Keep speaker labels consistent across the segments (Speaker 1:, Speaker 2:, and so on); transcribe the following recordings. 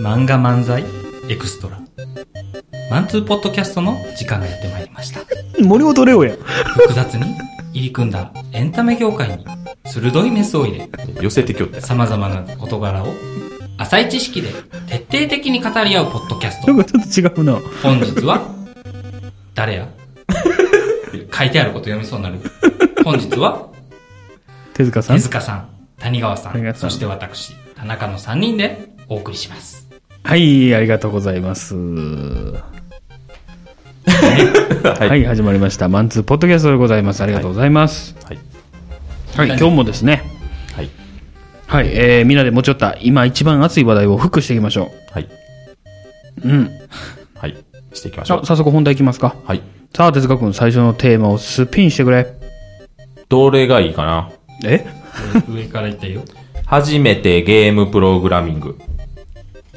Speaker 1: 漫画漫才エクストラマンツーポッドキャストの時間がやってまいりました
Speaker 2: 森本レオやん。
Speaker 1: 複雑に入り組んだエンタメ業界に鋭いメスを入れ
Speaker 3: 寄せてきょって。
Speaker 1: 様々な事柄を浅い知識で徹底的に語り合うポッドキャスト
Speaker 2: なんかちょっと違うな。
Speaker 1: 本日は、誰 や書いてあること読みそうになる。本日は、
Speaker 2: 手塚さ
Speaker 1: 手
Speaker 2: ん。
Speaker 1: 塚さん、谷川さ
Speaker 2: 谷
Speaker 1: ん、
Speaker 2: 川さ
Speaker 1: そ
Speaker 2: ん
Speaker 1: して私、田中の3人でお送りします。
Speaker 2: はい、ありがとうござい ます。は、
Speaker 3: はいはい。
Speaker 2: 始まりました。マンツーポッドキャストでございます。ありがとうございます。はい、今日もですね、
Speaker 3: はい。
Speaker 2: はい、えー、みんなで持ち寄った、今一番熱い話題をフックしていきましょ
Speaker 3: はい。
Speaker 2: う。うん。
Speaker 3: はい。していきましょ
Speaker 2: さ
Speaker 3: う。
Speaker 2: 早速本題いきますか。
Speaker 3: はい。
Speaker 2: さあ、手塚くん、最初のテーマをスピンしてくれ。
Speaker 3: どれがいいかな
Speaker 2: え
Speaker 1: 上から言ったよ。
Speaker 3: 初めてゲームプログラミング。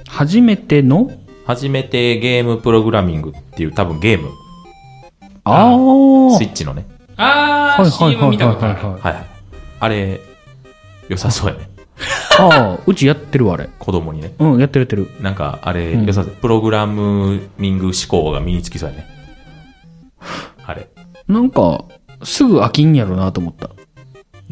Speaker 2: 初めての
Speaker 3: 初めてゲームプログラミングっていう多分ゲーム。
Speaker 2: あー
Speaker 3: スイッチのね。
Speaker 1: あー、CM 見たことある。
Speaker 2: はい。
Speaker 3: はいはい。あれ、良さそうやね。
Speaker 2: ああ、うちやってるわ、あれ。
Speaker 3: 子供にね。
Speaker 2: うん、やってるやってる。
Speaker 3: なんか、あれ、良さそう。プログラミング思考が身につきそうやね。あれ。
Speaker 2: なんか、すぐ飽きんやろなと思った。
Speaker 1: ど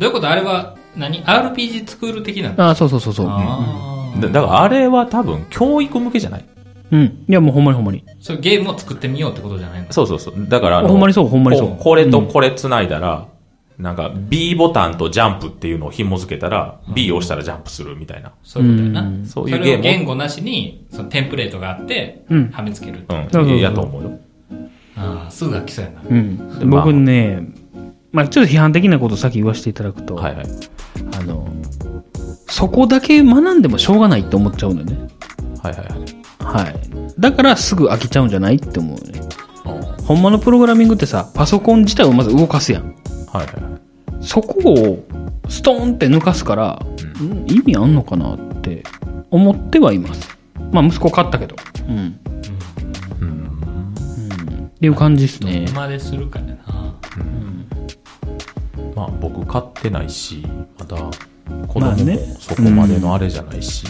Speaker 1: ういうことあれは何、?RPG スクール的なの
Speaker 2: ああ、そうそうそうそう。
Speaker 1: あー
Speaker 3: だだからあれは多分教育向けじゃない
Speaker 2: うん。いや、もうほんまにほんまに。
Speaker 1: それゲームを作ってみようってことじゃないの
Speaker 3: そうそうそう。だからあの、
Speaker 2: ほんまにそうほんまにそう
Speaker 3: ここれとこれ繋いだら、なんか B ボタンとジャンプっていうのを紐付けたら、B を押したらジャンプするみたいな。
Speaker 1: そういうことや
Speaker 2: う
Speaker 1: な。
Speaker 2: ん
Speaker 3: そういうゲー
Speaker 1: そ
Speaker 3: ム
Speaker 1: れを言語なしに、そのテンプレートがあって、
Speaker 2: うん
Speaker 1: はめつける。
Speaker 3: うん。
Speaker 2: そうそうそう
Speaker 3: やと思うよ。
Speaker 1: あー、すぐ飽きそうやな。
Speaker 2: うん。
Speaker 3: まあ
Speaker 2: 僕ね、まあちょっと批判的なことを先言わせていただくと、
Speaker 3: はいはい。
Speaker 2: あの、そこだけ学んでもしょうがないって思っちゃうんだよね。
Speaker 3: はいはいはい。
Speaker 2: はい。だからすぐ飽きちゃうんじゃないって思うね。
Speaker 3: うんはい
Speaker 2: ほんまのプログラミングってさ、パソコン自体をまず動かすやん。
Speaker 3: はいはい。
Speaker 2: そこをストーンって抜かすから、うん意味あんのかなって思ってはいます。まあ息子買ったけど。うん。うん。っていう感じですね
Speaker 1: どこ。までするかやな。
Speaker 3: まあ僕買ってないし、また子
Speaker 2: まあ
Speaker 3: 供
Speaker 2: ね
Speaker 3: もそこまでのあれじゃないし、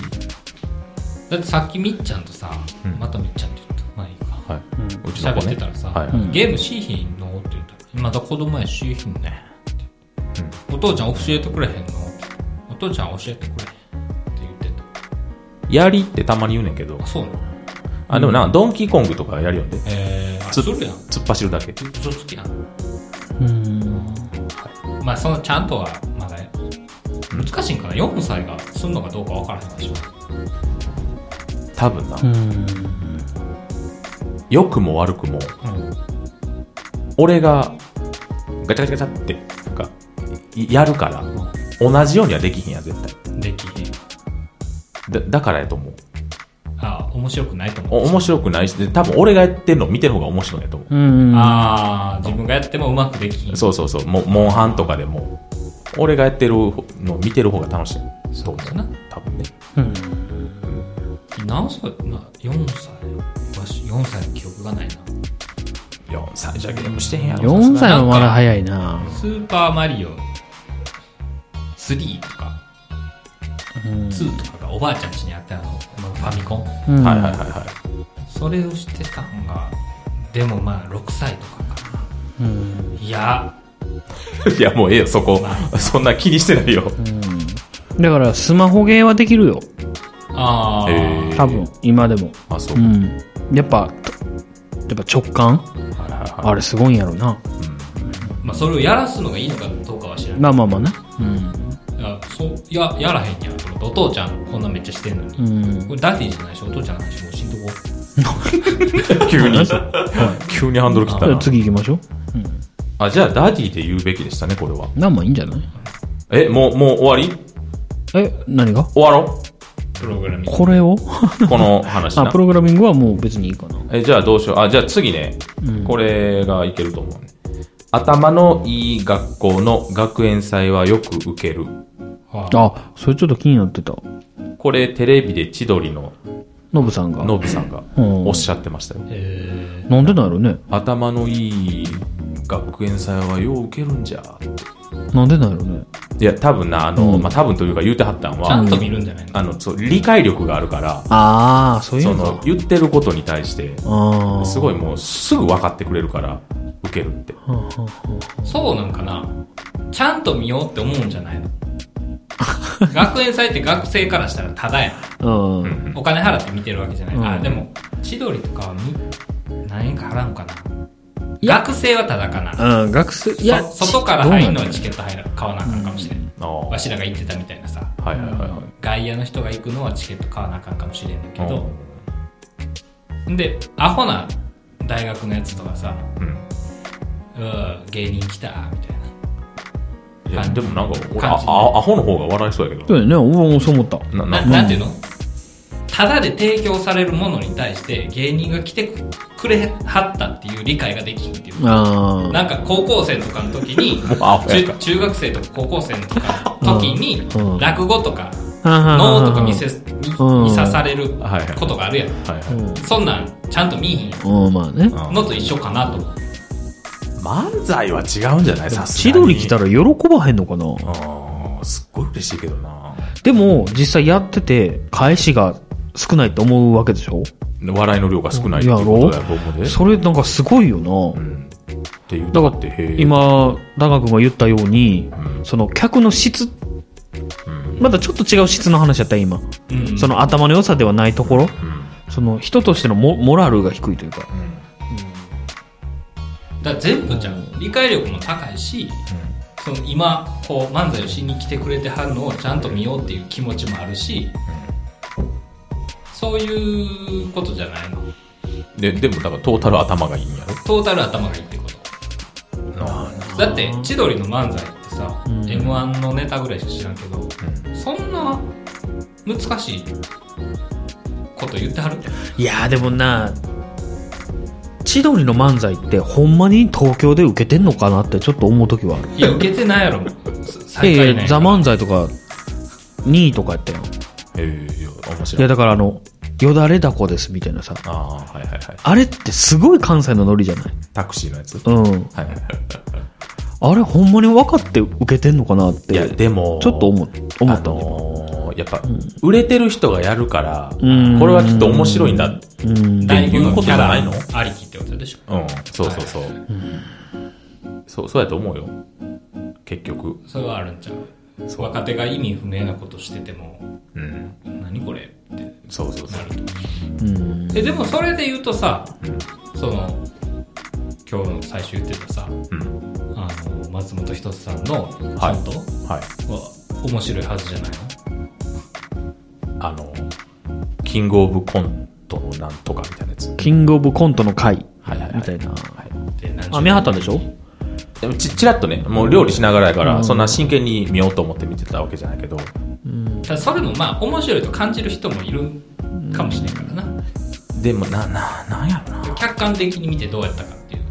Speaker 1: だってさっきみっちゃんとさ、
Speaker 3: ん
Speaker 1: またみっちゃんって言ったまあいいか
Speaker 3: はい。うちの
Speaker 1: 喋
Speaker 3: 子
Speaker 1: って
Speaker 3: ね
Speaker 1: たらさ、
Speaker 3: はい
Speaker 2: ん
Speaker 1: ゲームしーひんのって言ったらまた子供やしーひんねって、お父ちゃん教えてくれへんのってお父ちゃん教えてくれへんって言って
Speaker 3: やりってたまに言うねんけど
Speaker 1: たあ、そうなの
Speaker 3: あ、でもな、ドンキーコングとかやるよんで、
Speaker 1: えー、あ
Speaker 3: つ
Speaker 1: するやん
Speaker 3: 突っ走るだけ。
Speaker 1: 嘘つきやん
Speaker 2: うん。
Speaker 1: まあそのちゃんとはまだ難しいんかな4歳がすんのかどうかわからへんでしょ
Speaker 3: 多分な
Speaker 2: う、ん。
Speaker 3: 良くも悪くも、
Speaker 1: うん
Speaker 3: 俺がガチャガチャガチャってなんかいやるから同じようにはできひんやん絶対
Speaker 1: できへん
Speaker 3: だだからやと思う
Speaker 1: あ面白くないと思
Speaker 3: お
Speaker 1: う
Speaker 3: 面白くないしで多分俺がやってるの見てる方が面白いんやと思
Speaker 2: うん。
Speaker 1: ああ自分がやってもうまくできひん
Speaker 3: うそうそうそうもモンハンとかでも俺がやってるの見てる方が楽しいと
Speaker 1: そう
Speaker 3: 思
Speaker 1: だ
Speaker 3: う
Speaker 1: な
Speaker 3: 多分ね
Speaker 2: うん。
Speaker 1: 何歳な4歳わし4歳の記憶がないな
Speaker 3: 4歳じゃゲームしてへんやろ
Speaker 2: 4
Speaker 3: さ
Speaker 2: 歳はまだ早いな
Speaker 1: スーパーマリオ3とか
Speaker 2: うん
Speaker 1: 2とかがおばあちゃんちにあったあのファミコン
Speaker 2: うん
Speaker 3: すがにはいはいはいはい
Speaker 1: それをしてたんがでもまあ6歳とかか
Speaker 2: うん
Speaker 1: ないや
Speaker 3: いやもうええよそこそんな気にしてないよ
Speaker 2: だからスマホゲーはできるよ
Speaker 1: ああ、
Speaker 3: えー
Speaker 2: 多分今でも
Speaker 3: あそうう、はい
Speaker 2: んやっぱやっぱ直感
Speaker 3: はいはい
Speaker 2: あれすごいんやろな
Speaker 1: まあ、それをやらすのがいいのかどうかは知らない
Speaker 2: まあまあまあなうん
Speaker 1: いやそういややらへんやんと思ってお父ちゃんこんなめっちゃしてんのに、
Speaker 2: うん
Speaker 1: これダディじゃないしお父ちゃんの話もうしんとこう
Speaker 3: 急に急にハンドル切ったな
Speaker 2: 次行きましょう
Speaker 3: あじゃあダディで言うべきでしたねこれは
Speaker 2: 何もいいんじゃない
Speaker 3: えもうもう終わり
Speaker 2: え何が
Speaker 3: 終わろ
Speaker 1: プログラミング
Speaker 2: これを
Speaker 3: うこの話
Speaker 2: あ
Speaker 3: な
Speaker 2: プ。ログラミングはもう別にいいかな
Speaker 3: え、じゃあどうしよう。あ、じゃあ次ね。これがいけると思うね。頭のいい学校の学園祭はよく受ける。
Speaker 1: はあ
Speaker 2: あそれちょっと気になってた
Speaker 3: これテレビで千鳥の
Speaker 2: ノブさんが
Speaker 3: ノブさんが
Speaker 2: うん
Speaker 3: おっしゃってましたよ。
Speaker 1: えー
Speaker 2: なんでなんやろね
Speaker 3: 頭のいい学園祭はよう受けるんじゃ。
Speaker 2: うなんでなんやろね。
Speaker 3: いや、多分な、あの、
Speaker 2: うん
Speaker 3: まあ、多分というか言うてはったん
Speaker 1: ちゃん
Speaker 3: は、
Speaker 1: と見るんじゃないの
Speaker 3: あの、そう、理解力があるから、
Speaker 2: ああ、そういう
Speaker 3: そ
Speaker 2: の
Speaker 3: の
Speaker 2: か、。
Speaker 3: 言ってることに対して、
Speaker 2: ああ。
Speaker 3: すごいもうすぐ分かってくれるから、受けるって。
Speaker 2: はんはんはんはん。
Speaker 1: そうなんかなちゃんと見ようって思うんじゃないの 学園祭って学生からしたらただやん
Speaker 2: うん。
Speaker 3: うん
Speaker 1: お金払って見てるわけじゃない、
Speaker 2: うん
Speaker 1: あでも千鳥とかはみ何円か払うんか
Speaker 2: い
Speaker 1: な
Speaker 2: や
Speaker 1: 学生はただかな
Speaker 2: うん、学生、いや、
Speaker 1: そ外から入るのは
Speaker 2: どうなんだ
Speaker 1: チケット入ら買わなあかんかもしれん、
Speaker 3: ああ。は
Speaker 1: わ
Speaker 3: い
Speaker 1: しらが言ってたみたいなさ
Speaker 3: はいはいはい。
Speaker 1: 外野の人が行くのはチケット買わなあかんかもしれんけど、でアホな大学のやつとかさ
Speaker 3: うんうん
Speaker 1: 「うー芸人来た」みたいない
Speaker 3: や、
Speaker 1: 感
Speaker 3: でもなんか、俺、
Speaker 1: 感
Speaker 3: あ
Speaker 1: じ
Speaker 3: あアホの方が笑いそうやけど
Speaker 2: そうだよね、俺もそう思った。
Speaker 3: な。
Speaker 1: な
Speaker 3: な
Speaker 1: なんていうのただで提供されるものに対して芸人が来てくれはったっていう理解ができひんっていう
Speaker 2: ああ。
Speaker 1: なんか高校生とかの時に
Speaker 3: もうアホやん
Speaker 1: 中
Speaker 3: か。
Speaker 1: 中学生とか高校生とかの時に
Speaker 2: うん
Speaker 1: 落語とか
Speaker 2: 脳
Speaker 1: 脳とか見せ見
Speaker 2: うん
Speaker 1: 見さされる
Speaker 3: はいはい
Speaker 1: ことがあるやん
Speaker 3: はいは
Speaker 2: う
Speaker 3: い。
Speaker 2: ん
Speaker 1: そんなんちゃんと見いひん
Speaker 2: うん、まあね。
Speaker 3: うん
Speaker 1: のと一緒かなと
Speaker 3: 漫才は違うんじゃないさす
Speaker 2: 千
Speaker 3: がに。
Speaker 2: 鳥来たら喜ばへんのかな
Speaker 3: ああ、すっごい嬉しいけどな。
Speaker 2: でも、実際やってて、返しが少ないと思うわけでしょ
Speaker 3: 笑いの量が少ないっていうことだと思うで。
Speaker 2: それなんかすごいよな。
Speaker 3: うん。っていう。
Speaker 2: だから
Speaker 3: って、へえ。
Speaker 2: 今、ダガ君が言ったように、
Speaker 3: うん、
Speaker 2: その客の質、まだちょっと違う質の話やったよ今。
Speaker 1: うん
Speaker 2: その頭の良さではないところ、
Speaker 3: うん。
Speaker 2: その人としてのモモラルが低いというか。
Speaker 3: うん。
Speaker 1: だから全部じゃん理解力も高いしその今こう漫才をしに来てくれてはるのをちゃんと見ようっていう気持ちもあるし、そういうことじゃないの
Speaker 3: うんで、でも、だから、トータル頭がいいんやろ
Speaker 1: トータル頭がいいってこと
Speaker 3: あ
Speaker 1: だって千鳥の漫才ってさ、
Speaker 2: うん
Speaker 1: m 1のネタぐらいしか知らんけどそんな難しいこと言って はる
Speaker 2: いやーでもな、千鳥の漫才ってほんまに東京で受けてんのかなってちょっと思う時はある。
Speaker 1: いや受けてないやろさ最
Speaker 2: い
Speaker 1: 下
Speaker 2: や
Speaker 1: 位
Speaker 2: い
Speaker 1: なん
Speaker 2: や、
Speaker 1: や
Speaker 2: ザ・
Speaker 1: から
Speaker 2: 漫才とか、2位とかやったよ。
Speaker 3: ええ、いや面
Speaker 2: い
Speaker 3: 白
Speaker 2: や
Speaker 3: い。
Speaker 2: だからあの、よだれだこですみたいなさ。
Speaker 3: ああ、はいはいはい。
Speaker 2: あれってすごい関西のノリじゃない
Speaker 3: タクシーのやつ。
Speaker 2: うん。
Speaker 3: はいはいは
Speaker 2: あれほんまに分かって受けてんのかなっ
Speaker 3: い。
Speaker 2: て。
Speaker 3: いや、でも、
Speaker 2: ちょっと思う思った
Speaker 3: あのーやっぱ、売れてる人がやるから、
Speaker 2: うん
Speaker 3: これはきっと面白いんだ。う
Speaker 2: うん。
Speaker 1: 大悟のキャラ
Speaker 3: っていうことじゃ
Speaker 1: ありきってことでしょ
Speaker 3: ん、そうそうそう。そう、そうやと思うよ。結局。
Speaker 1: それはあるんちゃう若手が意味不明なことしてても
Speaker 3: うん。
Speaker 1: 何これって
Speaker 3: そうそうそ
Speaker 1: な
Speaker 3: う
Speaker 1: る。と
Speaker 2: うん。
Speaker 1: えでもそれで言うとさ、その今日の最初言ってたさ
Speaker 3: うん。
Speaker 1: あの松本人志さんのコント
Speaker 3: は
Speaker 1: はい
Speaker 3: はい。
Speaker 1: 面白いはずじゃない
Speaker 3: あの、キングオブコントのなんとかみたいなやつ。
Speaker 2: キングオブコントの会
Speaker 3: はいはいはい
Speaker 2: みたいな。
Speaker 1: のって何
Speaker 2: あ、宮畑でしょ
Speaker 3: でもち、ちらっとね、もう料理しながらやから、そんな真剣に見ようと思って見てたわけじゃないけど、
Speaker 1: ただそれもまあ面白いと感じる人もいるかもしれんからな、
Speaker 3: でも、な、な、なんやろな。
Speaker 1: 客観的に見てどうやったかっていう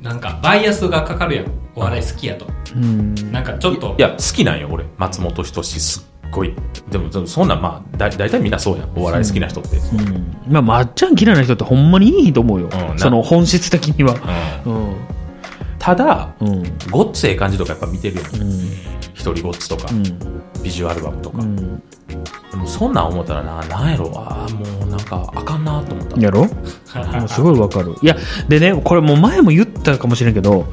Speaker 1: なんかバイアスがかかるやんお笑い好きやと、
Speaker 2: うん。
Speaker 1: なんかちょっと
Speaker 3: いや、好きなんよ、俺。松本人志、すっごい。でも、でもそんなん、まあ、だ、大体みんなそうやん。お笑い好きな人って。うん。
Speaker 2: うんまあ、まっちゃん嫌いな人ってほんまにいいと思うよ。
Speaker 3: うん
Speaker 2: その本質的には。うん。
Speaker 3: ただ、
Speaker 2: うん。
Speaker 3: ごっつええ感じとかやっぱ見てるやん。
Speaker 2: うん。
Speaker 3: 一人ごっつとか、
Speaker 2: うん。
Speaker 3: ビジュアルバムとか。
Speaker 2: うん。
Speaker 3: でもそんなん思ったらな、なんやろ、ああ、もうなんか、あかんなと思った。
Speaker 2: やろもうすごいわかる。いや、でね、これもう前も言ったかもしれんけど、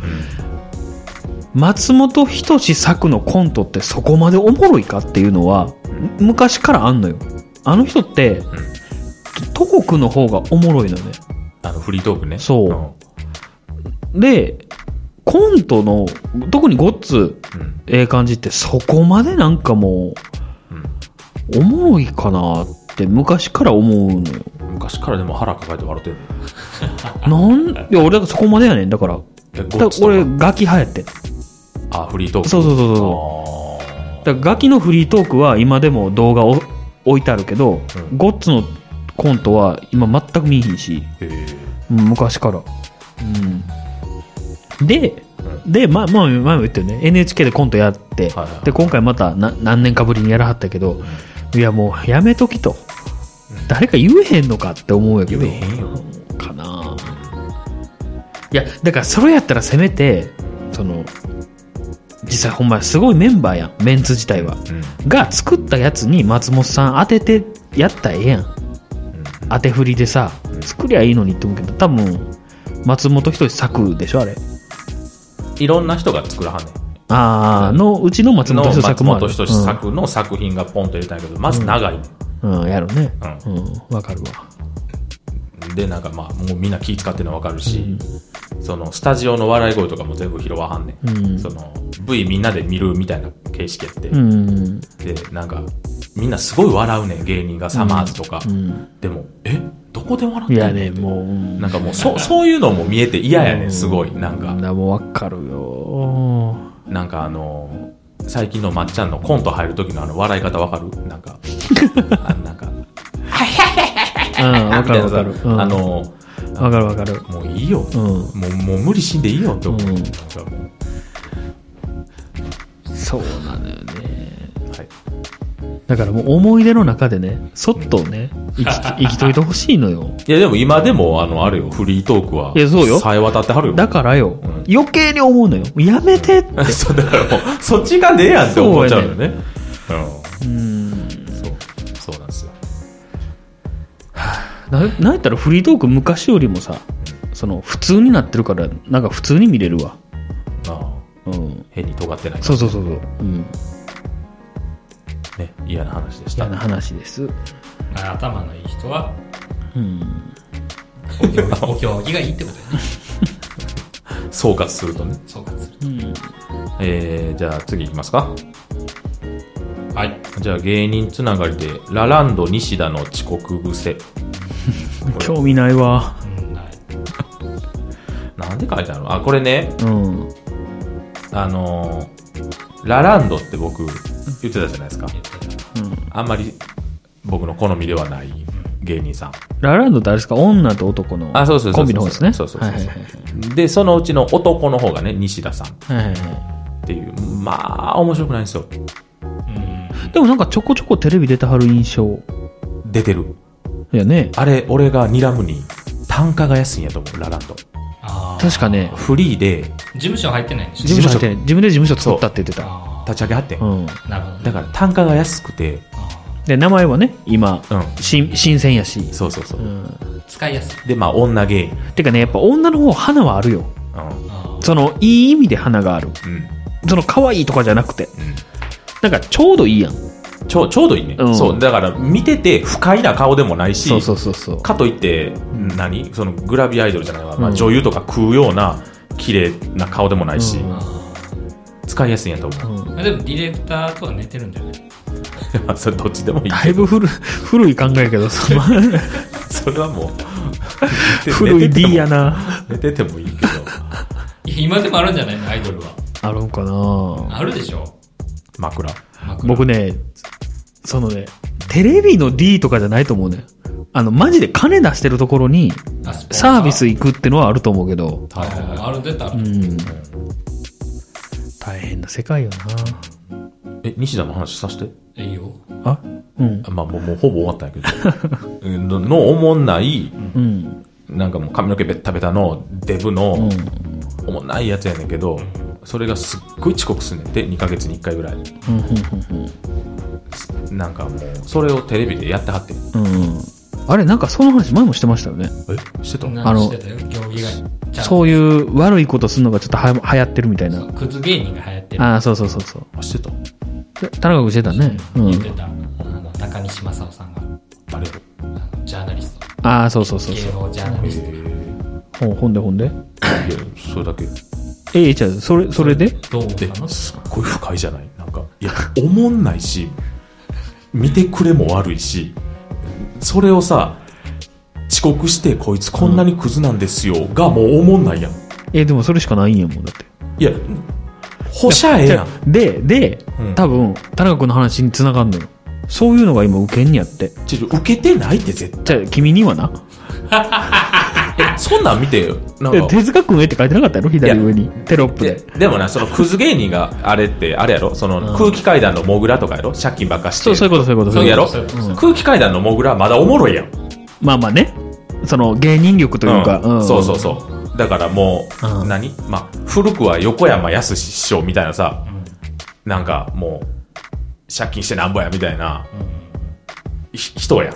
Speaker 2: 松本人志作のコントってそこまでおもろいかっていうのは、昔からあんのよ。あの人って、都国の方がおもろいのよね。
Speaker 3: あの、フリートークね。
Speaker 2: そうんで、コントの、特にゴッツ、
Speaker 3: うん。
Speaker 2: ええ感じってそこまでなんかもう、おもろいかなって昔から思うのよ。
Speaker 3: 昔からでも腹抱えて笑ってる
Speaker 2: なん、いや、俺だからそこまでやねん。だから、
Speaker 3: え
Speaker 2: だ
Speaker 3: ご
Speaker 2: か
Speaker 3: っ
Speaker 2: ら
Speaker 3: つと
Speaker 2: 俺
Speaker 3: か
Speaker 2: ガキ流行ってん。
Speaker 3: あフリートーク
Speaker 2: そうそうそうそうそう。
Speaker 3: あ
Speaker 2: だからガキのフリートークは今でも動画を置いてあるけど、
Speaker 3: うん
Speaker 2: ゴッツのコントは今全く見えひんし、
Speaker 3: ーへえ
Speaker 2: うん昔から。うん、で、で、まあ、まあ、前も言ったよね。NHK でコントやって、
Speaker 3: はいはい
Speaker 2: で、今回またな何年かぶりにやらはったけど、いや、もうやめときと。誰か言えへんのかって思うやけど。
Speaker 3: 言えへんよ
Speaker 2: かなぁいや、だからそれやったらせめて、その、実際ほんまやすごいメンバーやんメンツ自体は、が作ったやつに松本さん当ててやったらええやん当て振りでさ作りゃいいのにって思うけど多分松本人志作でしょあれ
Speaker 3: いろんな人が作らはんねん。
Speaker 2: ああのうちの松
Speaker 3: の
Speaker 2: 本人志
Speaker 3: 松
Speaker 2: 作もある
Speaker 3: 本人志作の作品がポンと入れたんやけど、まず長い。
Speaker 2: うん、うんやろね
Speaker 3: う
Speaker 2: うんわ、かるわ
Speaker 3: で、なんかまあ、もうみんな気使ってるのわかるし、その、スタジオの笑い声とかも全部拾わはんねん。
Speaker 2: うん
Speaker 3: その、V みんなで見るみたいな形式やって、
Speaker 2: うん
Speaker 3: で、なんか、みんなすごい笑うねん、芸人が、サマーズとか。
Speaker 2: うん
Speaker 3: でも、えどこで笑って
Speaker 2: い
Speaker 3: んの
Speaker 2: やねもう、うん
Speaker 3: なんかもう、そう、そういうのも見えて嫌やねん、すごい。なん
Speaker 2: な
Speaker 3: か
Speaker 2: ん、だもうわかるよ
Speaker 3: なんかあのー最近のまっちゃんのコント入る時のあの笑い方わかるな んか、あなんか、
Speaker 2: うんわ
Speaker 3: み
Speaker 2: か
Speaker 3: たい
Speaker 2: る
Speaker 3: な
Speaker 2: わ
Speaker 3: さ
Speaker 2: かる、うん
Speaker 3: あの
Speaker 2: わかるわかる
Speaker 3: ーもういいよ、
Speaker 2: うん
Speaker 3: もう、もう無理しんでいいよって思う。
Speaker 2: うん
Speaker 3: なんかも
Speaker 2: そうなのよね
Speaker 3: うはい。
Speaker 2: だからもう思い出の中でねそっとね 生き生きといてほしいのよ
Speaker 3: いや、でも今でも、あの、あるよ、フリートークは、
Speaker 2: いやそうよ
Speaker 3: さえ渡ってはるよ。
Speaker 2: だからよ
Speaker 3: ん
Speaker 2: 余計に思うのよやめてって
Speaker 3: ら、 そう、だからもう、そっちがねえやんって思っちゃうよね。
Speaker 2: うん
Speaker 3: うん。そう、そうなんですよ。
Speaker 2: ななんやったらフリートーク昔よりもさその普通になってるからなんか普通に見れるわ
Speaker 3: あ
Speaker 2: う
Speaker 3: あ、
Speaker 2: ん
Speaker 3: 変に尖ってない。
Speaker 2: そうそうそうそううん
Speaker 3: ね、嫌な話でし
Speaker 2: 嫌
Speaker 3: た。
Speaker 2: な話です
Speaker 1: 頭のいい人は
Speaker 2: うん
Speaker 1: お行儀お行儀がいいってことだね
Speaker 3: 総括するとね。
Speaker 1: そうかする
Speaker 2: うん
Speaker 3: えー、じゃあ次いきますか。
Speaker 1: はい
Speaker 3: じゃあ芸人つながりで、ラランド西田の遅刻癖。
Speaker 2: 興味ないわ
Speaker 1: うんない
Speaker 3: なんで書いてあるのあ、これね、
Speaker 2: うん
Speaker 3: あのーラランドって僕言ってたじゃないですか。
Speaker 1: 言ってた
Speaker 3: あんまり僕の好みではない芸人さん。
Speaker 2: ラランドってあれですか女と男の
Speaker 3: あ、そうそうそ
Speaker 2: コ
Speaker 3: うそう。
Speaker 2: ンビの方ですね
Speaker 3: そうそうそう
Speaker 2: はいはいはい
Speaker 3: で、そのうちの男の方がね、西田さんっ
Speaker 2: はいはいは
Speaker 3: ていう、まあ、面白くないんですよ。
Speaker 1: うん
Speaker 2: いでもなんかちょこちょこテレビ出てはる印象
Speaker 3: 出てる。
Speaker 2: やね
Speaker 3: あれ、俺が睨むに、単価が安いんやと思う、ラランド。
Speaker 1: あー
Speaker 2: 確かね
Speaker 3: フリーで
Speaker 1: 事務所入ってないんでしょ
Speaker 2: 事務所入ってない自分で事務所作ったって言ってた
Speaker 1: あ
Speaker 3: 立ち上げはってん。
Speaker 2: う、ん、
Speaker 1: あなるほどね
Speaker 3: だから単価が安くて、
Speaker 1: あ
Speaker 2: で名前はね今、
Speaker 3: うん
Speaker 2: 新新鮮やし、
Speaker 3: そうそうそう。
Speaker 2: うん、
Speaker 1: ー使いやすい
Speaker 3: で、まあ、女芸人。
Speaker 2: てかねやっぱ女の方花はあるよ
Speaker 3: うん。
Speaker 1: あ
Speaker 2: そのいい意味で花がある
Speaker 3: うん。
Speaker 2: その可愛いとかじゃなくて、なんかちょうどいいやん
Speaker 3: ちょう、ちょうどいいね。
Speaker 2: うん
Speaker 3: そう。だから、見てて不快な顔でもないし、
Speaker 2: そうそうそうそう
Speaker 3: かといって、何そのグラビアアイドルじゃないわ。まあ、
Speaker 2: うん
Speaker 3: 女優とか食うような、綺麗な顔でもないし、
Speaker 2: うん
Speaker 1: ー
Speaker 3: 使いやすいんやと思う。
Speaker 1: まあでもディレクターとは寝てるんだよね
Speaker 3: まあ それどっちでもいい。
Speaker 2: だいぶ古い 古い考えやけどその
Speaker 3: それはもう、
Speaker 2: 古い
Speaker 3: 寝てても
Speaker 2: D や。な
Speaker 3: 寝ててもいいけど。
Speaker 1: いや今でもあるんじゃないのアイドルは
Speaker 2: あるんかな
Speaker 1: あるでしょ
Speaker 3: 枕。
Speaker 1: 枕
Speaker 2: 僕ねそのねテレビの D とかじゃないと思うねあのマジで金出してるところに
Speaker 1: あスポンサ
Speaker 2: サービス行くってのはあると思うけど
Speaker 1: あーある出たら
Speaker 2: うん大変な世界よ
Speaker 3: え、西田の話させて。
Speaker 1: いいよ
Speaker 2: なあうん
Speaker 3: まあ、もう、もうほぼ終わったんや けど。うんの、のおもんない、
Speaker 2: うん
Speaker 3: なんかもう髪の毛ベッタベタのデブの、おもんないやつやねんけど、それがすっごい遅刻すんねんて2ヶ月に1回ぐらい
Speaker 2: うんうん
Speaker 3: なんかもうそれをテレビでやってはって
Speaker 2: うんうんあれなんかその話前もしてましたよね
Speaker 3: えしてた
Speaker 1: 何
Speaker 2: あの
Speaker 1: してたよ行儀がちゃんと
Speaker 2: そういう悪いことするのがちょっとは流行ってるみたいな
Speaker 1: クズ芸人が流行ってる
Speaker 2: ああそうそうそうそう
Speaker 3: あしてた
Speaker 2: で田中君してたねう
Speaker 1: 言って
Speaker 2: ん
Speaker 1: たあの中西正夫さんが
Speaker 3: 誰やろ
Speaker 1: あのジャーナリスト
Speaker 2: ああそうそうそうそ
Speaker 1: 芸能ジャーナリス
Speaker 2: うほんほんでほんで
Speaker 3: いやそれだけ
Speaker 2: ええちゃうそれそれで
Speaker 1: トどう思ったの
Speaker 3: ですっごい不快じゃないなんかいやおもんないし見てくれも悪いしそれをさ遅刻してこいつこんなにクズなんですよがもうおもんないやん
Speaker 2: えでもそれしかないんやもんだって
Speaker 3: いやほしゃええやん
Speaker 2: でで、
Speaker 3: うん
Speaker 2: 多分田中君の話につながるのよそういうのが今受けんにやって
Speaker 3: ちょ受けてないって絶
Speaker 2: じゃあ君にはな
Speaker 3: 対そんなん見てなん
Speaker 2: え
Speaker 3: か
Speaker 2: 手塚君へって書いてなかったやろ左上にテロップ
Speaker 3: で
Speaker 2: で
Speaker 3: でもな、そのクズ芸人があれって、あれやろその空気階段のモグラとかやろ借金ばっかして。
Speaker 2: そうそういうことそういうこと
Speaker 3: そうやろ
Speaker 1: そういうことそういうこ
Speaker 3: 空気階段のモグラはまだおもろいやん。
Speaker 2: まあまあねその芸人力というか、
Speaker 3: うん
Speaker 2: ん
Speaker 3: そうそうそう。だからもう、
Speaker 2: うん
Speaker 3: 何まあ、古くは横山やすし師匠みたいなさ、
Speaker 1: ん
Speaker 3: なんかもう、借金してなんぼやみたいな、ひ人やん。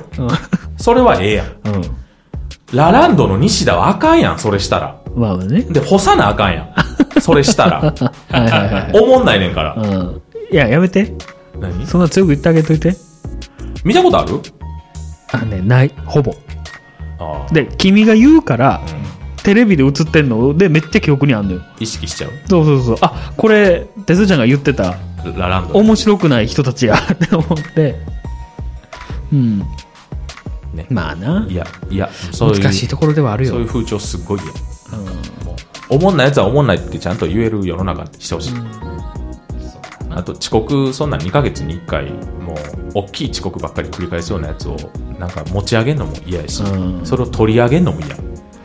Speaker 3: それはええやん。
Speaker 2: うん。
Speaker 3: ラランドの西田はあかんやん、それしたら。
Speaker 2: まあね。
Speaker 3: で、干さなあかんやん。それし たら。
Speaker 2: はいはいはい。
Speaker 3: おもんないねんから。
Speaker 2: うん。いや、やめて。
Speaker 3: 何
Speaker 2: そんな強く言ってあげといて。
Speaker 3: 見たことある
Speaker 2: あ、ね、ない。ほぼ。
Speaker 3: ああ。
Speaker 2: で、君が言うから、テレビで映ってんので、めっちゃ記憶にあんのよ。
Speaker 3: 意識しちゃう
Speaker 2: そうそうそう。あ、これ、てつちゃんが言ってた、
Speaker 3: ラランド。
Speaker 2: 面白くない人たちや、って思って。うん。
Speaker 3: ね
Speaker 2: まあな。
Speaker 3: いや、いや、そういう。
Speaker 2: 難しいところではあるよ。
Speaker 3: そういう風潮すっごいよ。もうおもんないやつはおもんないってちゃんと言える世の中にしてほしい。あと遅刻、そんなん2ヶ月に1回、もう、大きい遅刻ばっかり繰り返すようなやつを、なんか持ち上げるのも嫌やし、
Speaker 2: うん
Speaker 3: それを取り上げるのも嫌。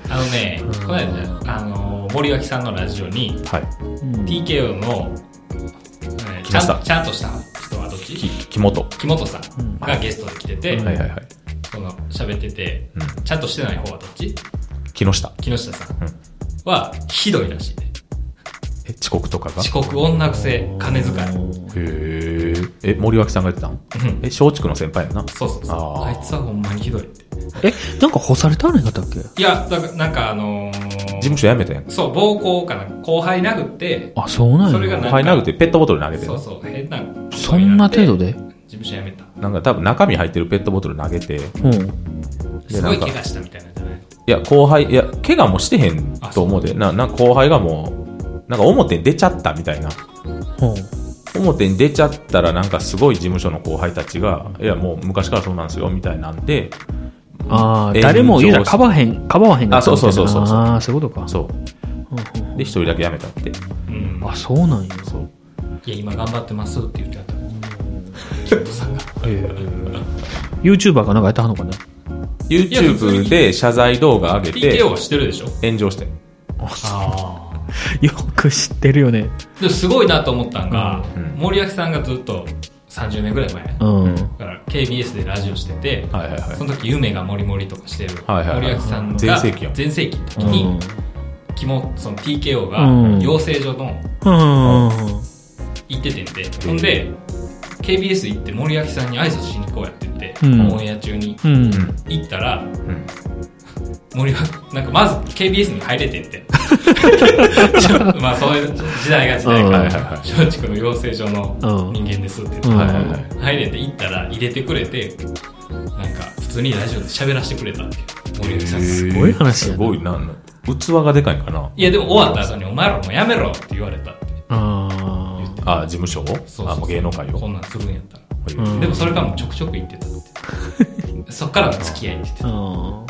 Speaker 1: あのね、この間、あの、森脇さんのラジオに、
Speaker 3: はい。
Speaker 2: うん
Speaker 1: TKO の、えー
Speaker 3: 来
Speaker 1: ちゃ
Speaker 3: ました
Speaker 1: んちゃんとした人はどっち
Speaker 3: き、木本。
Speaker 1: 木本さんがゲストで来てて、
Speaker 3: はいはいはい。
Speaker 1: その喋ってて、
Speaker 3: うん
Speaker 1: ちゃんとしてない方はどっち
Speaker 3: 木下。
Speaker 1: 木下さん
Speaker 3: うん
Speaker 1: はひどいらしいね
Speaker 3: え、遅刻とかが
Speaker 1: 遅刻女癖金遣い
Speaker 3: へえ。え、森脇さんが言ってたの
Speaker 1: うん
Speaker 3: え、松竹の先輩やんな。
Speaker 1: そうそうそう
Speaker 3: あ
Speaker 1: あ
Speaker 3: ー
Speaker 1: いつはほんまにひどいって
Speaker 2: え、なんか干されたんやったっけ
Speaker 1: いやだからなんかあのー
Speaker 3: 事務所辞めたやん。
Speaker 1: そう暴行かな後輩殴って
Speaker 2: あ、そうなんや。
Speaker 1: それがなんか
Speaker 3: ファイナルってペットボトル投げて
Speaker 1: そ
Speaker 3: る
Speaker 1: う。そう変な
Speaker 2: そんな程度で
Speaker 1: 事務所辞めた
Speaker 3: なんか多分中身入ってるペットボトル投げて、
Speaker 2: うん。
Speaker 3: いや
Speaker 1: すごい
Speaker 3: なん
Speaker 1: 怪
Speaker 3: か
Speaker 1: 我したみたいなんじゃない
Speaker 3: いや、後輩、いや、怪我もしてへんと思うで、な、なんか後輩がもう、なんか表に出ちゃったみたいな。
Speaker 2: ほう。
Speaker 3: 表に出ちゃったら、なんかすごい事務所の後輩たちが、いや、もう昔からそうなんですよ、みたいなんで、
Speaker 2: ああ、
Speaker 3: 炎上
Speaker 2: 誰も言うたらかばわへん、かばわへんかったみたいな
Speaker 3: あそうそうそうそう
Speaker 2: ああ、そういうことか。
Speaker 3: そ
Speaker 2: うんうん
Speaker 3: う。で、一人だけ辞めたって。
Speaker 1: うん
Speaker 2: あ、そうなんや。
Speaker 3: そう。
Speaker 1: いや今頑張ってますって言ってあった
Speaker 2: ユーチューバーかなんかやったはんのかな
Speaker 3: YouTube で謝罪動画上げて、
Speaker 1: TKO はしてるでしょ
Speaker 3: 炎上して。
Speaker 1: ああ
Speaker 2: よく知ってるよね。
Speaker 1: でもすごいなと思ったのが、
Speaker 3: うん
Speaker 1: 森脇さんがずっと30年ぐらい前、だ
Speaker 2: うん。
Speaker 1: から KBS でラジオしてて、
Speaker 3: はいはいはい
Speaker 1: その時夢がもりもりとかしてる、
Speaker 3: はいはいはい
Speaker 1: 森脇さんが
Speaker 3: 全盛期やん
Speaker 1: 全盛期の時
Speaker 2: う
Speaker 1: に
Speaker 2: ん、。
Speaker 1: キモその TKO が
Speaker 2: うん
Speaker 1: 養成所の
Speaker 2: うん。
Speaker 1: 行っててんて、ほんで KBS 行って森脇さんに挨拶しに行こうやって言って、
Speaker 2: うん
Speaker 1: オンエア中に
Speaker 2: うん。
Speaker 1: 行ったら
Speaker 3: うん。
Speaker 1: 森脇なんかまず KBS に入れてん てまあそういう時代が時代
Speaker 2: うん
Speaker 1: か
Speaker 2: はい
Speaker 1: ら
Speaker 3: はいはい
Speaker 1: 松竹の養成所の
Speaker 2: うん
Speaker 1: 人間ですって言って
Speaker 2: うん
Speaker 3: はいはいはい。
Speaker 1: 入れて行ったら入れてくれてなんか普通にラジオで喋らせてくれたって森脇さんす
Speaker 2: ごい話やな
Speaker 3: すごいな。器がでかいんかな。
Speaker 1: いやでも終わった後に「お前らもうやめろ」って言われたって
Speaker 2: あ
Speaker 1: 言って
Speaker 2: あ。
Speaker 3: あ、事務所を
Speaker 1: そうそうそう
Speaker 3: あ、もう芸能界を。
Speaker 1: こんなんするんやったら、
Speaker 2: うん
Speaker 1: でもそれからもちょくちょく行ってたってそっからの付き合いって言って
Speaker 2: あ
Speaker 3: でも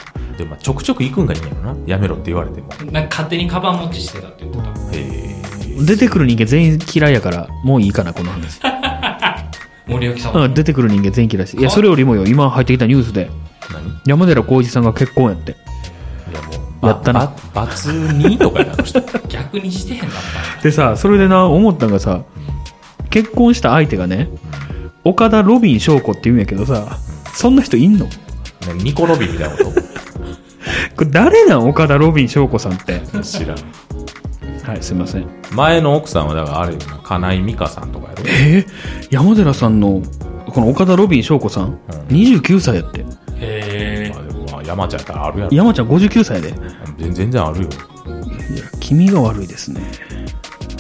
Speaker 3: まあちょくちょく行くんがいいんやろな。やめろって言われても。
Speaker 1: たなんか勝手にカバン持ちしてたって言ってた
Speaker 3: へえ。
Speaker 2: ー出てくる人間全員嫌いやから、もういいかな、この 話。
Speaker 1: 森脇さんも、
Speaker 2: うん、出てくる人間全員嫌いし。いや、それよりもよ、今入ってきたニュースで、
Speaker 3: 何
Speaker 2: 山寺宏一さんが結婚やって。
Speaker 3: いやもう、
Speaker 2: やったな
Speaker 3: ばば罰2とかやな、あの人。
Speaker 1: 逆にしてへんかった
Speaker 2: でさ、それでな、思ったんがさ、結婚した相手がね、岡田ロビン翔子って言うんやけどさ、そんな人いんの
Speaker 3: ねニコロビンみたいなこ
Speaker 2: これ誰なん岡田ロビン翔子さんって。
Speaker 3: と知らん。
Speaker 2: はい、すいません。
Speaker 3: 前の奥さんは、だからあれよな、金井美香さんとかやろ。
Speaker 2: えー山寺さんの、この岡田ロビン翔子さん、29歳やって。
Speaker 1: へ
Speaker 3: まあでもまあ山ちゃんやったらあるやろ。
Speaker 2: 山ちゃん59歳で。いや、
Speaker 3: 全全然あるよ。
Speaker 2: 気味が悪いですね。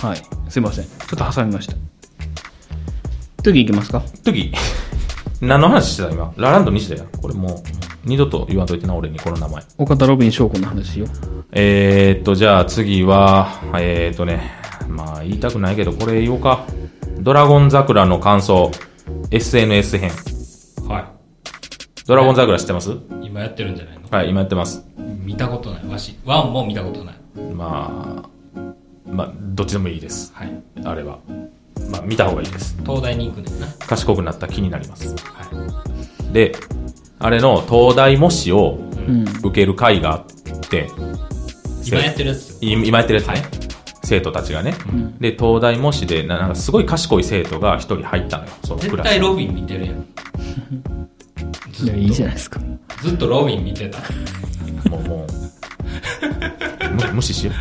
Speaker 2: はい、すいません。ちょっと挟みました。次行きますか
Speaker 3: 次、 何の話してた今。ラランド西田や。これもう、二度と言わんといてな、俺にこの名前。
Speaker 2: 岡田ロビン翔子の話よ。
Speaker 3: えー、っと、じゃあ次は、えー、っとね、まあ言いたくないけど、これ言おうか。ドラゴン桜の感想、SNS 編。
Speaker 1: ーは
Speaker 3: ドラゴン桜知ってます
Speaker 1: い今やってるんじゃないの
Speaker 3: はい、今やってます。
Speaker 1: 見たことないわしワンも見たことない
Speaker 3: まあ、まあ、どっちでもいいです。
Speaker 1: はい
Speaker 3: あれは。まあ、見た方がいいです。
Speaker 1: 東大に行くねんな
Speaker 3: 賢くなった気になります。
Speaker 1: は
Speaker 3: で、あれの東大模試を
Speaker 2: うん。
Speaker 3: 受ける会があって、
Speaker 1: い今やってるやつ
Speaker 3: い今やってるやつね、
Speaker 1: はい
Speaker 3: 生徒たちがね、で、東大模試で、ななんかすごい賢い生徒が一人入ったのよ、そのク
Speaker 1: 絶
Speaker 3: ラス
Speaker 1: 対
Speaker 3: に。
Speaker 1: ロビン見て るやんずっ
Speaker 2: いや、
Speaker 1: と
Speaker 2: いいじゃないですか。
Speaker 1: ずっとロビン見てた
Speaker 3: もう、もう、 無無視しよ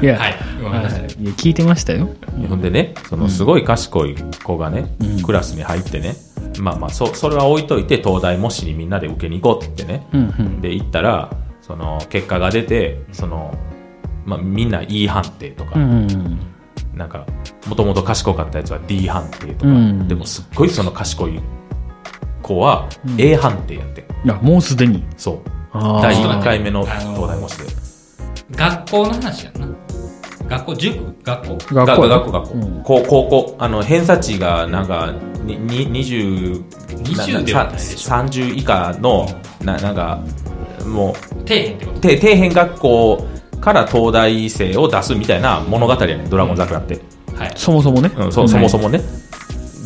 Speaker 2: いや、
Speaker 1: はいごめんなさい
Speaker 2: はや聞いてましたよ。
Speaker 3: うほんでねそのすごい賢い子がね、クラスに入ってねまあまあそそれは置いといて東大模試にみんなで受けに行こうって言ってね、
Speaker 2: うんうん。
Speaker 3: で行ったらその結果が出てその、まあ、みんな E 判定とか、
Speaker 2: うん。
Speaker 3: なんかもともと賢かったやつは D 判定とか、
Speaker 2: うん
Speaker 3: でもすっごいその賢い子は A 判定やって、
Speaker 2: いや、もうすでに。
Speaker 3: そう
Speaker 2: あー
Speaker 3: 第1回目の
Speaker 1: あー
Speaker 3: 東大模試で
Speaker 1: 学校の話やんな。学校、塾、学校。
Speaker 2: 学校や
Speaker 3: 学校学校、
Speaker 2: うん
Speaker 3: 高高校あの偏差値がなんかにに20
Speaker 1: 20ではないでしょ
Speaker 3: 30以下のななんかもう
Speaker 1: 底辺ってこと
Speaker 3: て底辺学校から東大生を出すみたいな物語やねドラゴン桜って、
Speaker 1: はい。
Speaker 2: そもそもね。
Speaker 3: うんそそもそ
Speaker 2: も。
Speaker 3: もね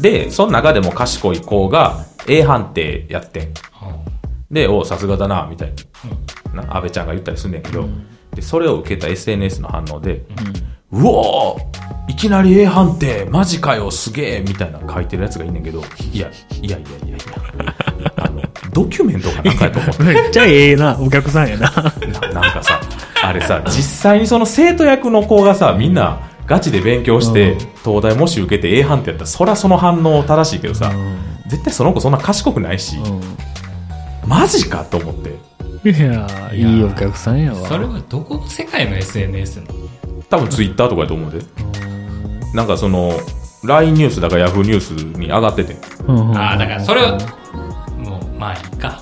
Speaker 3: でその中でも賢い子が A 判定やってんでおさすがだなみたいなな安倍ちゃんが言ったりすんねんけど、でそれを受けた SNS の反応で「うおーいきなり A 判定マジかよすげえ!」みたいな書いてるやつがいんねんけどいやいやいやいやいやあのドキュメントかなんかやと 思って
Speaker 2: めっちゃええな、お客さんやな。
Speaker 3: な なんかさ、あれさ、実際にその生徒役の子がさ、みんなガチで勉強して、
Speaker 2: うん
Speaker 3: 東大もし受けて A 判定やったら、そらその反応正しいけどさ、絶対その子そんな賢くないし、マジかと思って。
Speaker 2: いや、
Speaker 1: いや
Speaker 2: いいお客さんやわ。
Speaker 1: それはどこの世界の SNS なの
Speaker 3: 多分ツイッターとかやと思うで。なんかその、LINE ニュースだから Yahoo ニュースに上がってて。
Speaker 1: ああ、だからそ
Speaker 2: れ。
Speaker 1: れを、もう、まあいいか。